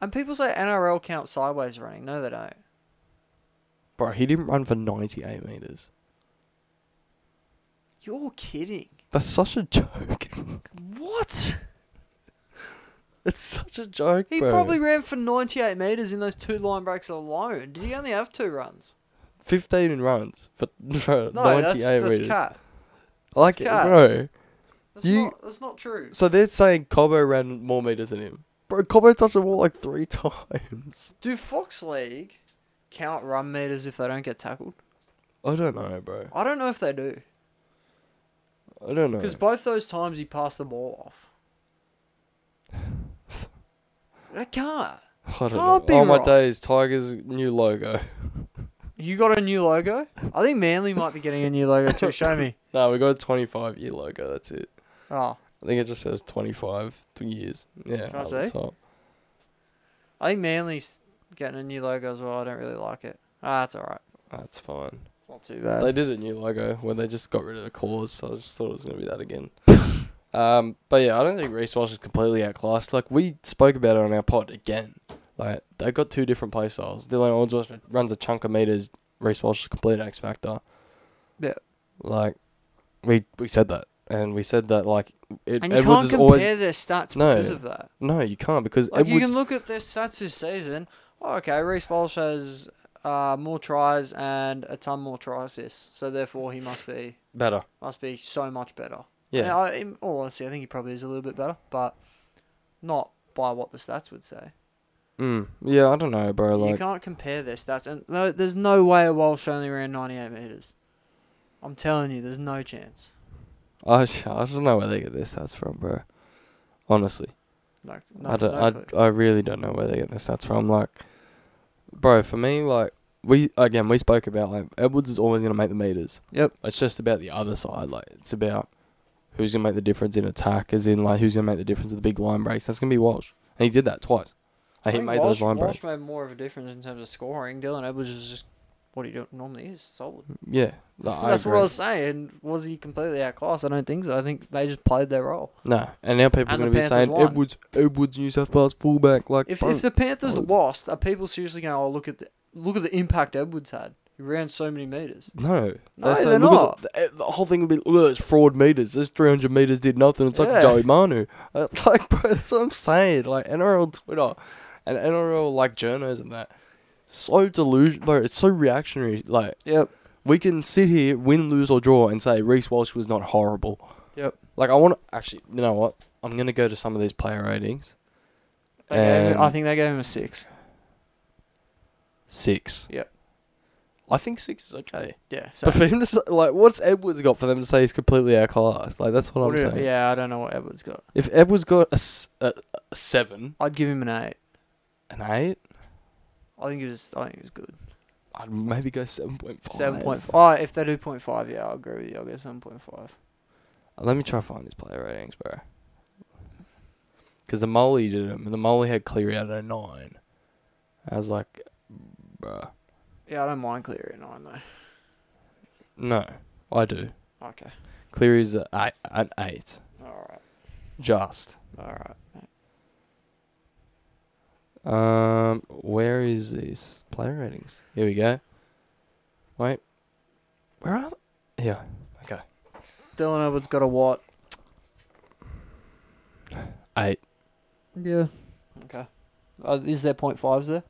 B: And people say NRL counts sideways running. No, they don't.
A: Bro, he didn't run for 98 meters.
B: You're kidding.
A: That's such a (laughs) joke.
B: What?
A: It's such a joke,
B: He
A: bro.
B: probably ran for 98 metres in those two line breaks alone. Did he only have two runs?
A: 15 runs, (laughs) but bro,
B: No,
A: 98
B: that's, that's
A: meters.
B: cat.
A: like,
B: cat.
A: bro.
B: That's,
A: You-
B: not, that's not true.
A: So they're saying Cobo ran more meters than him. Bro, Cobo touched the wall like three (laughs) times.
B: Do Fox League count run metres if they don't get tackled?
A: I don't know, bro.
B: I don't know if they do.
A: I don't know. (laughs)
B: Because both those times he passed the ball off. That can't.
A: I don't know.
B: Can't be
A: oh my
B: right.
A: days, Tigers new logo. (laughs)
B: You got a new logo? I think Manly might be getting a new logo too.
A: (laughs)
B: Show me.
A: No, we got a 25 year logo. That's it.
B: Oh,
A: I think it just says 25 two years. Yeah.
B: Can I
A: up the
B: see?
A: top.
B: I think Manly's getting a new logo as well. I don't really like it. Ah, that's all right.
A: That's fine.
B: It's not too bad.
A: They did a new logo when they just got rid of the claws, so I just thought it was gonna be that
B: (laughs)
A: again. um, but yeah, I don't think Reese Walsh is completely outclassed. Like we spoke about it on our pod again. Like they got two different play styles. Dylan Ornsworth runs a chunk of meters. Reese Walsh is complete X factor.
B: Yeah.
A: Like we we said that, and we said that like it,
B: and you
A: Edwards
B: can't
A: is
B: compare
A: always
B: their stats
A: No.
B: because of that.
A: no, you can't because
B: Like you
A: Edwards
B: can look at their stats this season. Oh, okay, Reese Walsh has uh, more tries and a ton more try assists, so therefore he must be
A: better.
B: must be so much better.
A: Yeah.
B: And I, in all honesty, I think he probably is a little bit better, but not by what the stats would say.
A: Mm, yeah, I don't know, bro.
B: you
A: Like
B: can't compare their stats, and no, there's no way Walsh only ran 98 meters. I'm telling you, there's no chance.
A: I, (laughs) I don't know where they get their stats from, bro. Honestly.
B: No, no,
A: I, don't,
B: no clue.
A: I, I really don't know where they get their stats from. Like, bro, for me, like, we, again, we spoke about, like, Edwards is always going to make the meters.
B: Yep.
A: It's just about the other side. Like, it's about who's going to make the difference in attack, as in, like, who's going to make the difference with the big line breaks. That's going to be Walsh. And he did that twice. And he
B: think
A: made
B: Walsh,
A: those line breaks.
B: Walsh made more of a difference in terms of scoring. Dylan Edwards was just what he do- normally is, solid.
A: Yeah. like, I
B: That's what
A: agree.
B: I was saying. Was he completely outclassed? I don't think so. I think they just played their role.
A: No. And now people are
B: And the
A: going to be
B: Panthers
A: saying,
B: won.
A: Edwards, Edwards, New South Wales fullback. Like,
B: If
A: bro,
B: if the Panthers
A: Solid.
B: lost, are people seriously going? Oh, look at the look at the impact Edwards had. He ran so many meters.
A: No,
B: No,
A: They say,
B: they're
A: look at The, eh, the- the whole thing would be look, it's fraud meters. This three hundred meters did nothing. It's
B: Yeah.
A: like Joey Manu. (laughs) Uh, Like, bro, that's what I'm saying. Like NRL Twitter and NRL like journos and that. So delusional, bro. It's so reactionary. Like
B: Yep.
A: we can sit here, win, lose or draw, and say Reese Walsh was not horrible.
B: Yep.
A: Like I want to actually, you know what? I'm gonna go to some of these player ratings.
B: They gave, him- I
A: And-
B: think they gave him a six.
A: Six.
B: Yep.
A: I think six is okay.
B: Yeah. So
A: But for him to say, like, what's Edwards got for them to say he's completely outclassed? Like that's what,
B: What
A: I'm
B: do-
A: saying.
B: Yeah, I don't know what Edwards got.
A: If Edwards got a, s- a- a seven,
B: I'd give him an eight.
A: an eight,
B: I think it was. I think it was good.
A: I'd maybe go seven point five.
B: Seven point five. If they do point five, yeah, I agree with you. I'll go seven point five.
A: Let me try to find his player ratings, bro. Because the Molly did him. The Molly had Cleary at a nine. I was like, bruh,
B: Yeah, I don't mind Cleary at nine though.
A: no, I do.
B: Okay.
A: Cleary's a, a, an eight,
B: All right.
A: just.
B: All right.
A: Um, where is this player ratings? Here we go. Wait, where are? They? Yeah, okay,
B: Dylan Edwards got a what?
A: eight.
B: Yeah. Okay. Uh, is there point fives there?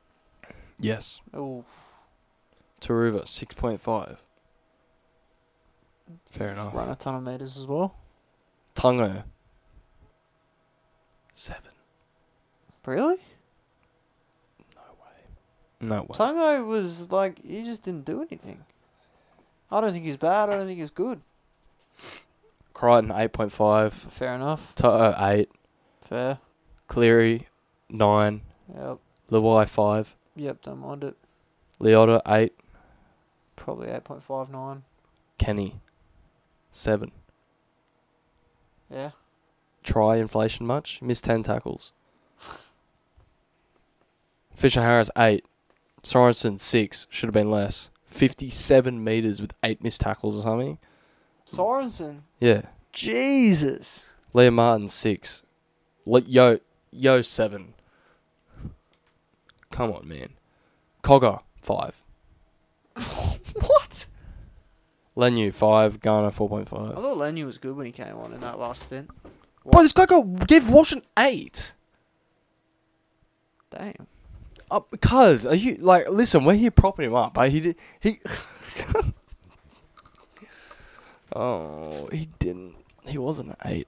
A: Yes.
B: Oh,
A: Taruva, 6.5. Fair enough.
B: run a ton of meters as well.
A: Tungo, 7.
B: Really?
A: No way.
B: Tango was like he just didn't do anything. I don't think he's bad. I don't think he's good.
A: Crichton, 8.5.
B: Fair enough.
A: Toto, 8.
B: Fair.
A: Cleary, 9.
B: Yep.
A: Lewai, 5.
B: Yep. Don't mind it.
A: Leota, 8.
B: Probably eight point five nine.
A: Kenny, 7.
B: Yeah.
A: Try inflation much? Missed 10 tackles. Fisher Harris, 8. Sorensen, 6. Should have been less. 57 metres with 8 missed tackles or something. Hmm.
B: Sorensen.
A: Yeah.
B: Jesus.
A: Liam Martin six. Le- yo yo seven. Come on, man. Cogger (laughs) five.
B: What?
A: Lenu five. Garner four point
B: I
A: five.
B: thought Lenu was good when he came on in that last stint.
A: Bro, this guy got gave Walsh an eight.
B: Damn.
A: Uh, because are you like listen? We're here propping him up, but he did he. (laughs) oh, he didn't. He wasn't an eight.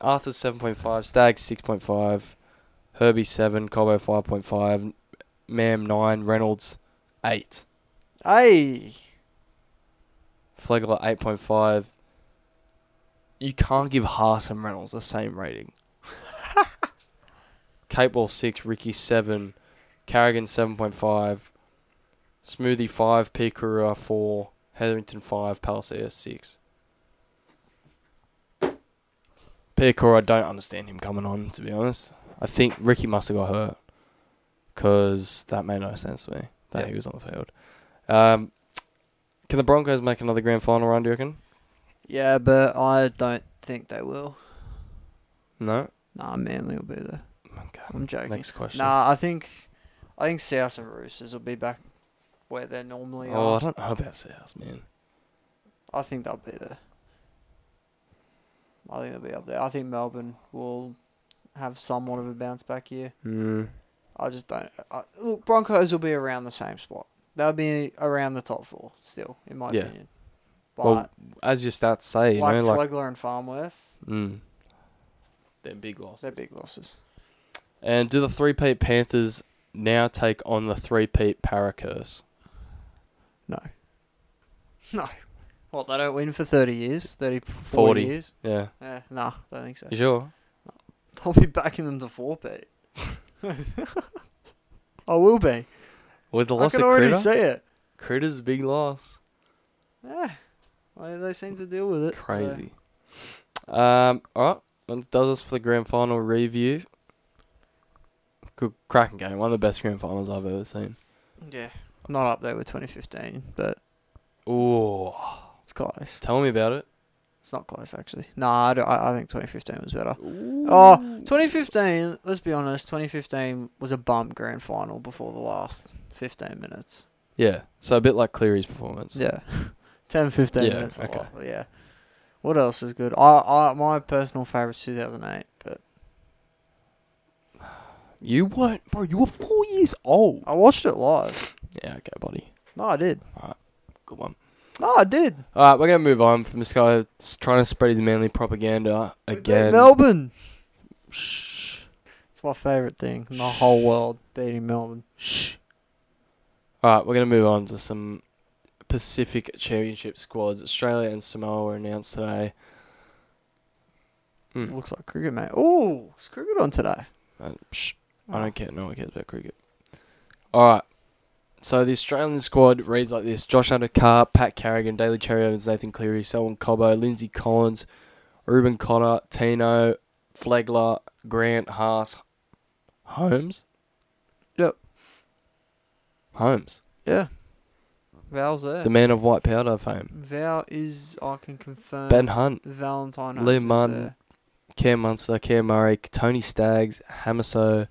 A: Arthur seven point five. Stag six point five. Herbie seven. Cobo five point five. Mam nine. Reynolds eight.
B: Hey.
A: Flegler eight point five. You can't give Haas and Reynolds the same rating. Kate Ball six, Ricky seven, Carrigan seven point five, Smoothie five, P Carrera four, Hetherington five, Palisades six. P Carrera, I don't understand him coming on to be honest. I think Ricky must have got hurt because that made no sense to me that
B: Yeah.
A: he was on the field. Um, can the Broncos make another grand final run? Do you reckon?
B: Yeah, but I don't think they will.
A: No.
B: Nah, Manly will be there.
A: Okay.
B: I'm joking.
A: Next question.
B: Nah, I think, I think South and Roosters will be back where they normally
A: Oh, I
B: are.
A: don't know about South, man.
B: I think they'll be there. I think they'll be up there. I think Melbourne will have somewhat of a bounce back year.
A: Mm.
B: I just don't. I, look, Broncos will be around the same spot. They'll be around the top four still, in my
A: Yeah.
B: opinion. But
A: Well, As your stats say, you
B: like
A: know, like
B: Flegler and Farmworth,
A: mm, they're big loss.
B: they're big losses.
A: And do the three peat Panthers now take on the three peat Paracurse?
B: No. (laughs) No. What, they don't win for 30 years? 30, 40,
A: 40.
B: years?
A: Yeah,
B: Yeah, nah, don't think so.
A: you sure?
B: I'll be backing them to 4 Pete. (laughs) I will be.
A: With the
B: I
A: loss
B: can
A: of
B: already
A: Critter,
B: see it.
A: Critter's a big loss.
B: Yeah. Well, Eh, they seem to deal with it. so-
A: Crazy. Um, all right, that does us for the grand final review. Good cracking game, one of the best grand finals I've ever seen.
B: yeah. Not up there with 2015, but
A: Ooh,
B: it's close.
A: tell me about it.
B: It's not close, actually. Nah, I, do- I I think 2015 was better. Oh, 2015, let's be honest, 2015 was a bum grand final before the last 15 minutes.
A: Yeah, so a bit like Cleary's performance.
B: Yeah. (laughs) 10, 15
A: Yeah,
B: minutes.
A: okay.
B: Okay. Yeah. What else is good? I, I My personal favourite's 2008, but
A: You weren't, bro. You were four years old.
B: I watched it live.
A: Yeah, okay, buddy.
B: No, I did.
A: Good one.
B: No, I did.
A: All right, we're gonna move on from this guy that's trying to spread his manly propaganda
B: We beat
A: again.
B: Melbourne.
A: Shh.
B: It's my favourite thing in the whole world, beating Melbourne.
A: Shh. All right, we're gonna move on to some Pacific Championship squads. Australia and Samoa were announced today. Hmm.
B: Looks like cricket, mate. Oh, is cricket on today?
A: Uh, shh. I don't care. No one cares about cricket. All right. So the Australian squad reads like this: Josh Undercar, Pat Carrigan, Daly Cherry Evans, Nathan Cleary, Selwyn Cobbo, Lindsay Collins, Ruben Cotter, Tino, Flagler, Grant Haas, Holmes.
B: Yep.
A: Holmes,
B: Yeah. Val's there.
A: the man of white powder fame.
B: Val is, I can confirm.
A: Ben Hunt,
B: Valentine.
A: Lee
B: Holmes is
A: Martin.
B: there.
A: Cam Munster, Cam Murray, Tony Staggs, Hamaso,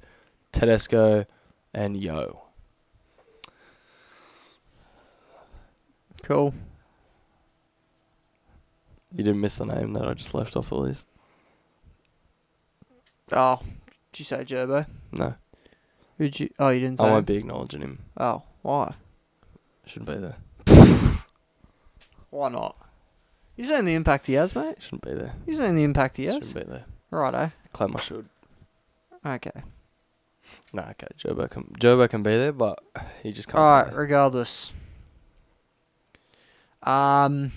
A: Tedesco, and Yo.
B: Cool.
A: You didn't miss the name that I just left off the list.
B: Oh, did you say Gerbo?
A: No,
B: Who'd you? Oh, you didn't say.
A: I
B: him?
A: won't be acknowledging him.
B: Oh, why?
A: Shouldn't be there.
B: Why not? You seen the impact he has, mate?
A: Shouldn't be there.
B: You seen the impact he has?
A: Shouldn't be there.
B: Righto.
A: Clem, I should.
B: Okay.
A: Nah, okay. Jobo can Jobo can be there, but he just can't.
B: All right.
A: play.
B: Regardless. Um.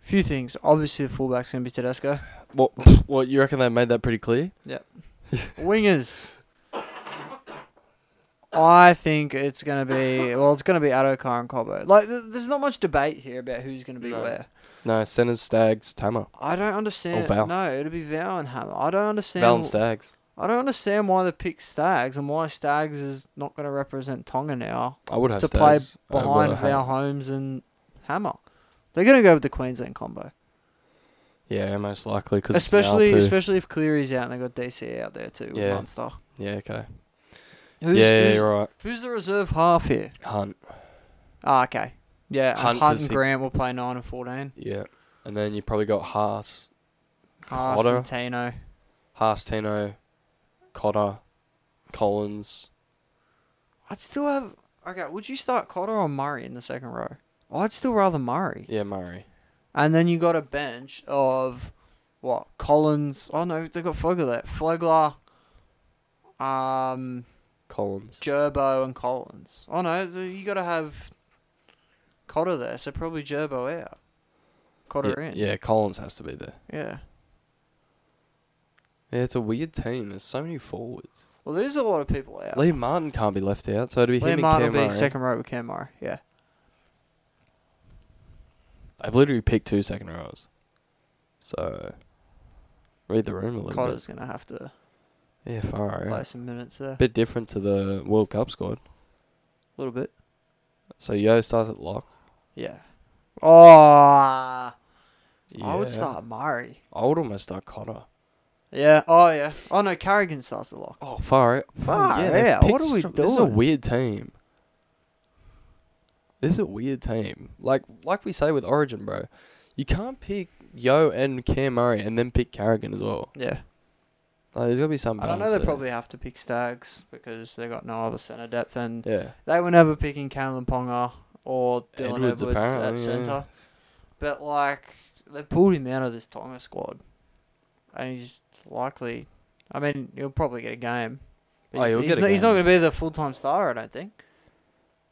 B: Few things. Obviously, the fullback's gonna be Tedesco.
A: What? What? You reckon they made that pretty clear?
B: Wingers. I think it's gonna be well. It's gonna be Adokar and Cobbo. Like, th- there's not much debate here about who's gonna be
A: No.
B: where.
A: No, centers Stags Tamer.
B: I don't understand.
A: Oh, Val.
B: No, it'll be Val and Hammer. I don't understand.
A: Val and Stags.
B: I don't understand why they picked Stags and why Stags is not going to represent Tonga now
A: I would have
B: to play
A: Stags over
B: behind
A: Hammer.
B: Val Holmes and Hammer. They're going to go with the Queensland combo,
A: Yeah, most likely because
B: especially especially if Cleary's out and they got DC out there too. with
A: Yeah.
B: Munster.
A: yeah, okay.
B: Who's,
A: yeah, yeah,
B: who's,
A: you're right.
B: who's the reserve half here?
A: Hunt.
B: Ah, okay. Yeah,
A: Hunt
B: Hunt,
A: 'cause
B: Hunt and
A: he-
B: Grant will play nine and fourteen.
A: Yeah, and then you probably got Haas,
B: Haas
A: Cotter.
B: and Tino.
A: Haas, Tino, Cotter, Collins.
B: I'd still have. Okay, would you start Cotter or Murray in the second row? I'd still rather Murray.
A: Yeah, Murray.
B: And then you got a bench of what? Collins. Oh no, they got Fogler there. Fogler, um,
A: Collins.
B: Gerbo, and Collins. Oh no, th- you got to have Cotter there, so probably Gerbo out, Cotter
A: yeah,
B: in.
A: yeah, Collins has to be there.
B: Yeah.
A: Yeah, it's a weird team. There's so many forwards.
B: Well, there's a lot of people out.
A: Liam Martin can't be left out, so it'll be him
B: Liam
A: and
B: Martin
A: Cam
B: will be
A: Murray.
B: second row with Cam Murray. Yeah.
A: I've literally picked two second rows. So read the room a little
B: Cotter's going to have to
A: bit. Yeah, far
B: play
A: out.
B: some minutes there.
A: Bit different to the World Cup squad.
B: A little bit.
A: So Yo starts at lock.
B: Yeah. Oh, I would
A: Yeah.
B: start Murray.
A: I would almost start Cotter.
B: Yeah. Oh, yeah. Oh, no. Carrigan starts the lock.
A: Oh, far out. Oh,
B: Far
A: they've
B: out, what
A: picked
B: are we
A: str- This is a
B: doing?
A: weird team. This is a weird team. Like like we say with Origin, bro, you can't pick Yo and Cam Murray and then pick Carrigan as well.
B: Yeah.
A: Like, there's got to be some.
B: I don't know.
A: balance
B: They
A: there.
B: probably have to pick Stags because they got no other centre depth, and
A: Yeah.
B: they were never picking Caelan Ponga or Dylan
A: Edwards,
B: Edwards,
A: apparently,
B: at
A: yeah.
B: centre. But like they pulled him out of this Tonga squad, and he's likely. I mean, he'll probably get a game. But
A: Oh,
B: he's,
A: he'll
B: he's
A: get a
B: not, He's not
A: game.
B: going to be the full time starter, I don't think.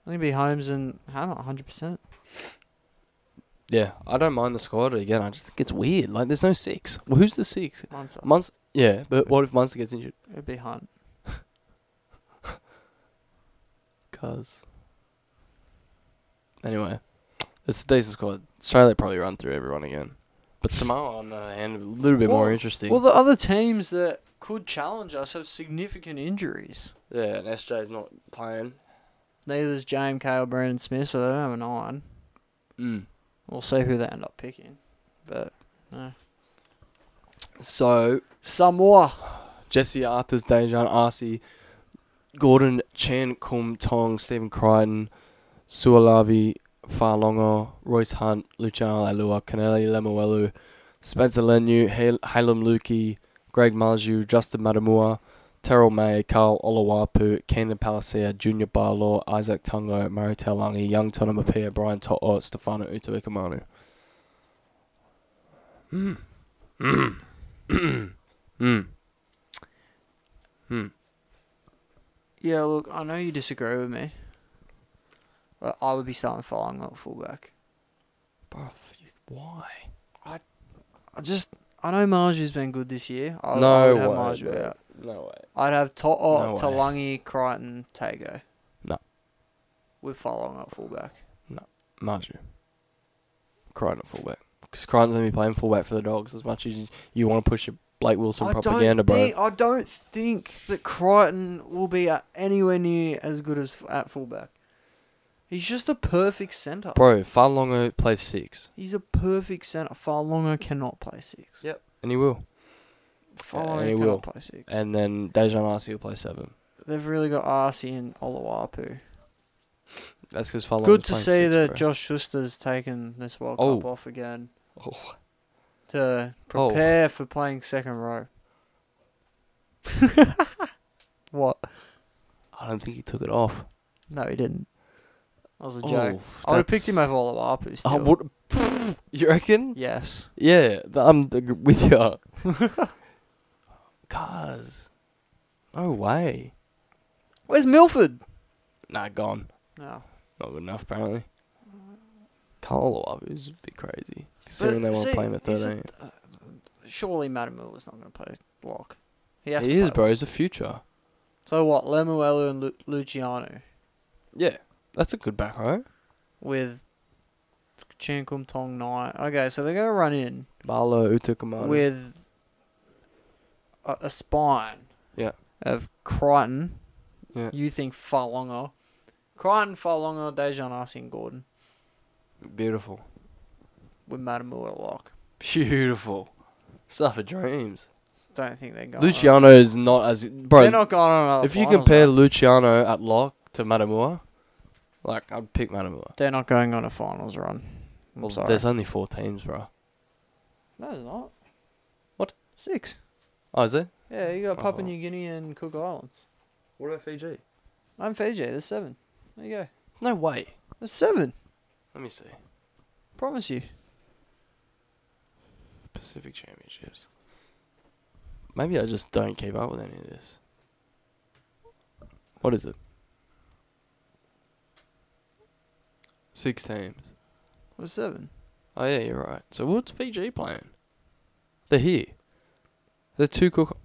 B: I think it'll be Holmes and Hannah, hundred percent.
A: Yeah. I don't mind the squad again. I just think it's weird. Like there's no six. Well, who's the six?
B: Munster.
A: Munster. Yeah, but what if Munster gets injured?
B: It'd be Hunt.
A: Cause. Anyway, it's a decent squad. Australia probably run through everyone again, but Samoa on the other hand, a little bit more
B: Well-
A: interesting.
B: Well, the other teams that could challenge us have significant injuries.
A: yeah, and SJ's not playing.
B: Neither's JMK or Brandon Smith, so they don't have a nine.
A: Mm.
B: We'll see who they end up picking. But no.
A: So
B: Samoa.
A: Jesse Arthurs, Dejan Arce, Gordon Chan Kum Tong, Stephen Crichton, Sualavi Farlongo, Royce Hunt, Luciano Alua, Kaneli Lemuelu, Spencer Lenu, Hal- Halem Lukey, Greg Malju, Justin Matamua, Terrell May, Carl Olawapu, Kenan Palacia, Junior Barlaw, Isaac Tungo, Murray Talangi, Young Tona Mapia, Brian To'o, Stefano Utuikamanu. Hmm. Hmm. Hmm. Hmm.
B: Yeah, look, I know you disagree with me. But I would be starting Farlong at fullback.
A: Bruv, you- why?
B: I just I know Marju's been good this year. I, I
A: No
B: would have
A: way,
B: Marju
A: bro.
B: out.
A: No way.
B: I'd have To'o,
A: No way.
B: Talangi, Crichton, Tago.
A: No.
B: With Farlong at fullback.
A: Marju. Crichton at fullback. Because Crichton's going to be playing fullback for the Dogs as much as you, you want to push your Blake Wilson
B: I
A: propaganda,
B: don't
A: bro.
B: think, I don't think that Crichton will be at anywhere near as good as f- at fullback. He's just a perfect centre.
A: Bro, Farlongo plays six.
B: He's a perfect centre. Farlongo cannot play six.
A: Yep. And he will.
B: Farlongo
A: and he
B: cannot
A: will.
B: play six.
A: And then Dejan Arce will play seven.
B: They've really got Arcee and Olawapu.
A: That's because Farlongo's
B: Good to
A: playing
B: see
A: six,
B: that
A: bro.
B: Josh Schuster's taken this World
A: Oh.
B: Cup off again
A: Oh,
B: to prepare for playing
A: (laughs)
B: second row. what?
A: I don't think he took it off.
B: No, he didn't. That was a
A: Oh,
B: joke. I would have picked him
A: that's-
B: over Olawapu still.
A: Oh, what? (laughs) You reckon?
B: Yes.
A: Yeah, th- I'm th- with
B: (laughs)
A: you. Cause, no way.
B: Where's Milford?
A: Nah, gone.
B: No.
A: Not good enough, apparently. Carl Olavu Mm. is a bit crazy. Considering they
B: But,
A: want to
B: see,
A: play him at
B: he's a-
A: 13.
B: Surely Madamu is not going to play lock. He has
A: He
B: to
A: is,
B: play
A: bro.
B: lock.
A: He's the future.
B: So what? Lemuelu and Lu- Luciano
A: Yeah, that's a good back row.
B: with Chinkum Tong Knight. Okay, so they're going to run in.
A: Barlow, Utukamano.
B: with a, a spine
A: Yeah.
B: of Crichton.
A: Yeah.
B: You think Falonga. Crichton, Falonga, Dejan Arce and Gordon
A: Beautiful.
B: with Matamu at lock.
A: Beautiful. Stuff of dreams.
B: Don't think they're going.
A: Luciano is not as.
B: on.
A: Bro,
B: They're not going on another
A: if you
B: finals,
A: compare
B: mate.
A: Luciano at lock to Matamua, like, I'd pick Matamua.
B: They're not going on a finals run. I'm
A: Well,
B: sorry.
A: there's only four teams, bro.
B: No, there's not.
A: What?
B: Six.
A: Oh, is there?
B: Yeah, you got
A: I
B: Papua
A: thought-
B: New Guinea and Cook Islands.
A: What about Fiji?
B: I'm Fiji. There's seven. There you go.
A: No way.
B: There's seven.
A: Let me see.
B: Promise you.
A: Pacific Championships. Maybe I just don't keep up with any of this. What is it? Six teams.
B: There's seven.
A: Oh yeah, you're right. So what's Fiji playing? They're here. They're two cook.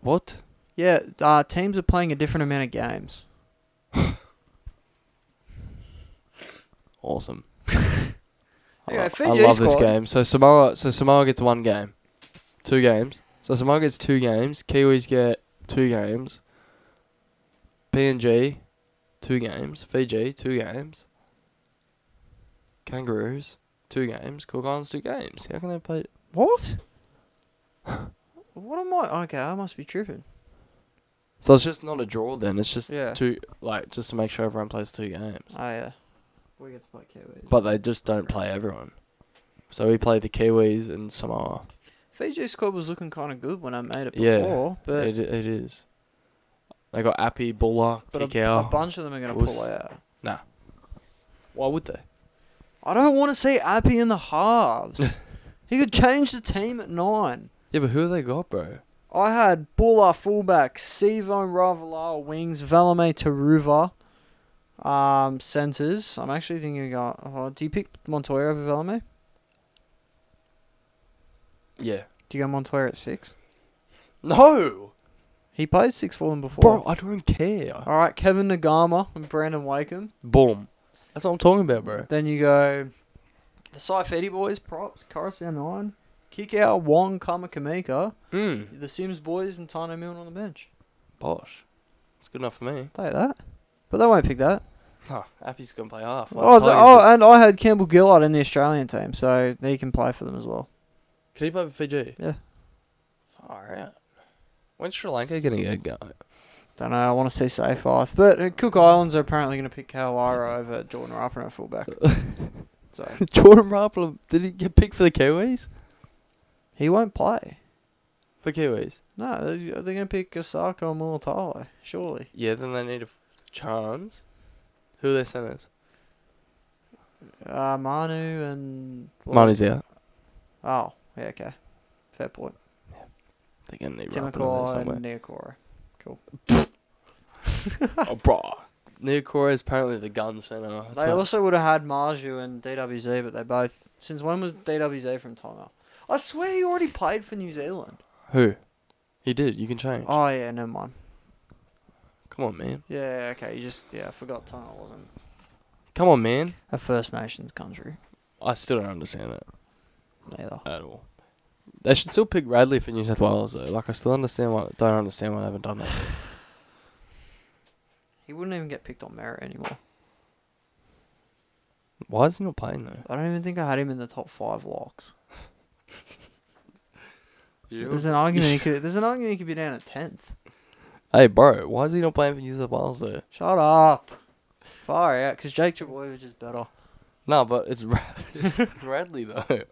A: What?
B: Yeah, uh, teams are playing a different amount of games.
A: Awesome. I,
B: Yeah,
A: lo- I
B: Fiji
A: love this
B: squad.
A: game. So Samoa, so Samoa gets one game, two games. So Samoa gets two games. Kiwis get two games. PNG, two games. Fiji, two games. Kangaroos, two games. Cook Islands, two games. How can they play?
B: What? what am I? Okay, I must be tripping.
A: So it's just not a draw then. It's just
B: Yeah.
A: two, like just to make sure everyone plays two games.
B: I, uh, we get to play Kiwis.
A: But they just don't play everyone. So we play the Kiwis and Samoa.
B: Fiji squad was looking kind of good when I made it
A: Yeah,
B: before, but
A: it, it is. They got Appy, Buller,
B: but a, a
A: Kikau.
B: bunch of them are going to
A: Puss.
B: pull out.
A: Why would they?
B: I don't want to see Appy in the
A: (laughs)
B: halves. he could change the team at nine.
A: Yeah, but who have they got, bro?
B: I had Buller fullback, Sivo and Ravalao wings, Valame Taruva um, centres. I'm actually thinking of going. Oh, do you pick Montoya over Valame?
A: Yeah.
B: Do you go Montoya at six?
A: No,
B: He played six for them before.
A: bro, I don't care.
B: All right, Kevin Nagama and Brandon Wakem.
A: Boom. That's what I'm talking about, bro.
B: Then you go the Saifedi boys, props, Coruscant 9, kick out Wong Kamakamika,
A: Mm.
B: the Sims boys, and Tano Milne on the bench.
A: Bosh. It's good enough for me.
B: Take that. But they won't pick that.
A: Huh. Appy's gonna play half. Like,
B: Oh, the,
A: Tony's-
B: oh, and I had Campbell Gillard in the Australian team, so he can play for them as well.
A: Can he play for Fiji?
B: Yeah.
A: Far out. When's Sri Lanka gonna get (laughs) going?
B: Don't know. I want to see safe off, but uh, Cook Islands are apparently going to pick Kalira over Jordan Rapana at (laughs) fullback. so
A: Jordan Rapala, did he get picked for the Kiwis?
B: he won't play.
A: For Kiwis?
B: No, they- they're going to pick Osaka or Mulatalo, surely.
A: Yeah, then they need a f- chance. Who are their centers?
B: Uh, Manu and well,
A: Marnie's out.
B: Oh, yeah, okay. Fair point.
A: They're gonna need Rapala in there
B: Timokor
A: somewhere.
B: and Neokora.
A: oh, bro. Neocora is apparently the gun center. It's
B: They
A: not-
B: also would have had Marju and DWZ, but they both. Since when was DWZ from Tonga? I swear he already played for New Zealand.
A: Who? He did. You can change.
B: Oh yeah, never mind.
A: Come on, man.
B: Yeah, okay. You just yeah, I forgot Tonga wasn't
A: Come on, man.
B: a First Nations country
A: I still don't understand that
B: neither.
A: at all. They should still pick Radley for New South Wales though. Like I still understand why don't understand why they haven't done that. yet.
B: He wouldn't even get picked on merit anymore.
A: Why is he not playing though?
B: I don't even think I had him in the top five locks. There's an
A: (laughs)
B: argument. He could, there's an argument he could be down at tenth.
A: Hey, bro. Why is he not playing for New South Wales though?
B: Shut up. Far out, because Jake Trbojevic is better.
A: No, but it's, Ra- (laughs)
B: (laughs)
A: it's Radley though.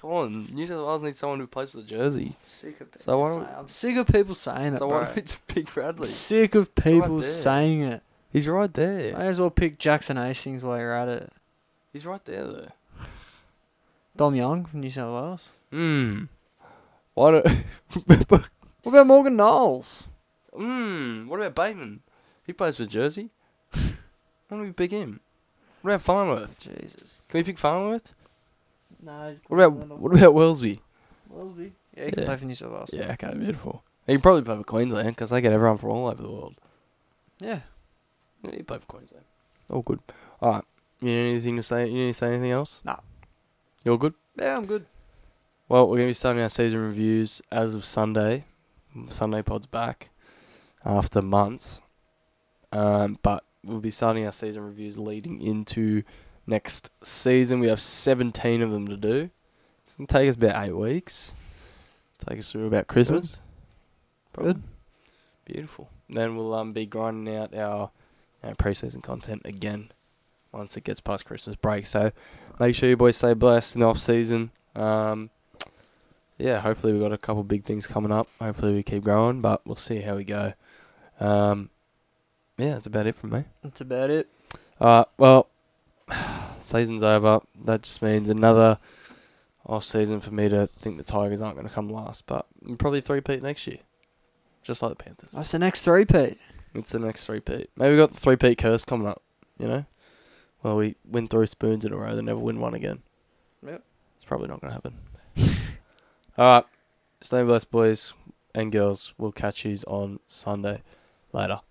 A: Come on, New South Wales needs someone who plays for the jersey.
B: Sick of people.
A: So why don't-
B: saying- I'm sick of people saying it,
A: So why
B: bro.
A: don't we (laughs) just pick
B: (laughs)
A: Radley?
B: Sick of
A: right
B: people
A: there.
B: saying it.
A: He's right there.
B: May as well pick Jackson Hastings while you're at it.
A: He's right there though.
B: Dom Young from New South Wales.
A: Hmm. Why don't?
B: What about Morgan Knowles?
A: (laughs) Hmm. What about Bateman? He plays for Jersey. Why don't we pick him? What about Farnworth?
B: Jesus.
A: Can we pick Farnworth?
B: No, he's
A: What about what about Wellsby?
B: Wellesby? Yeah, he can
A: Yeah.
B: play for New South Wales.
A: Yeah. Okay. Beautiful. He can probably play for Queensland because they get everyone from all over the world.
B: Yeah.
A: Yeah, he played for Queensland. All good. All right. You need anything to say? You need to say anything else?
B: Nah.
A: You're good.
B: Yeah, I'm good.
A: Well, we're going to be starting our season reviews as of Sunday. Sunday pod's back after months. Um, but we'll be starting our season reviews leading into next season. We have 17 of them to do. It's going to take us about eight weeks. Take us through about Christmas.
B: Good.
A: Beautiful. Then we'll um, be grinding out our, our preseason content again once it gets past Christmas break. So make sure you boys stay blessed in the off season. Um, yeah, hopefully we've got a couple big things coming up. Hopefully we keep growing, but we'll see how we go. Um, yeah, that's about it from me.
B: That's about it.
A: Alright, well, (sighs) season's over. That just means another off season for me to think the Tigers aren't going to come last, but probably three peat next year, just like the Panthers.
B: That's the next three, Pete.
A: It's the next three peat. Maybe we got the three peat curse coming up. You know, well we win three spoons in a row, then never win one again.
B: Yep.
A: (laughs) It's probably not gonna happen. All right, stay blessed, boys. and girls. We'll catch you on Sunday. Later.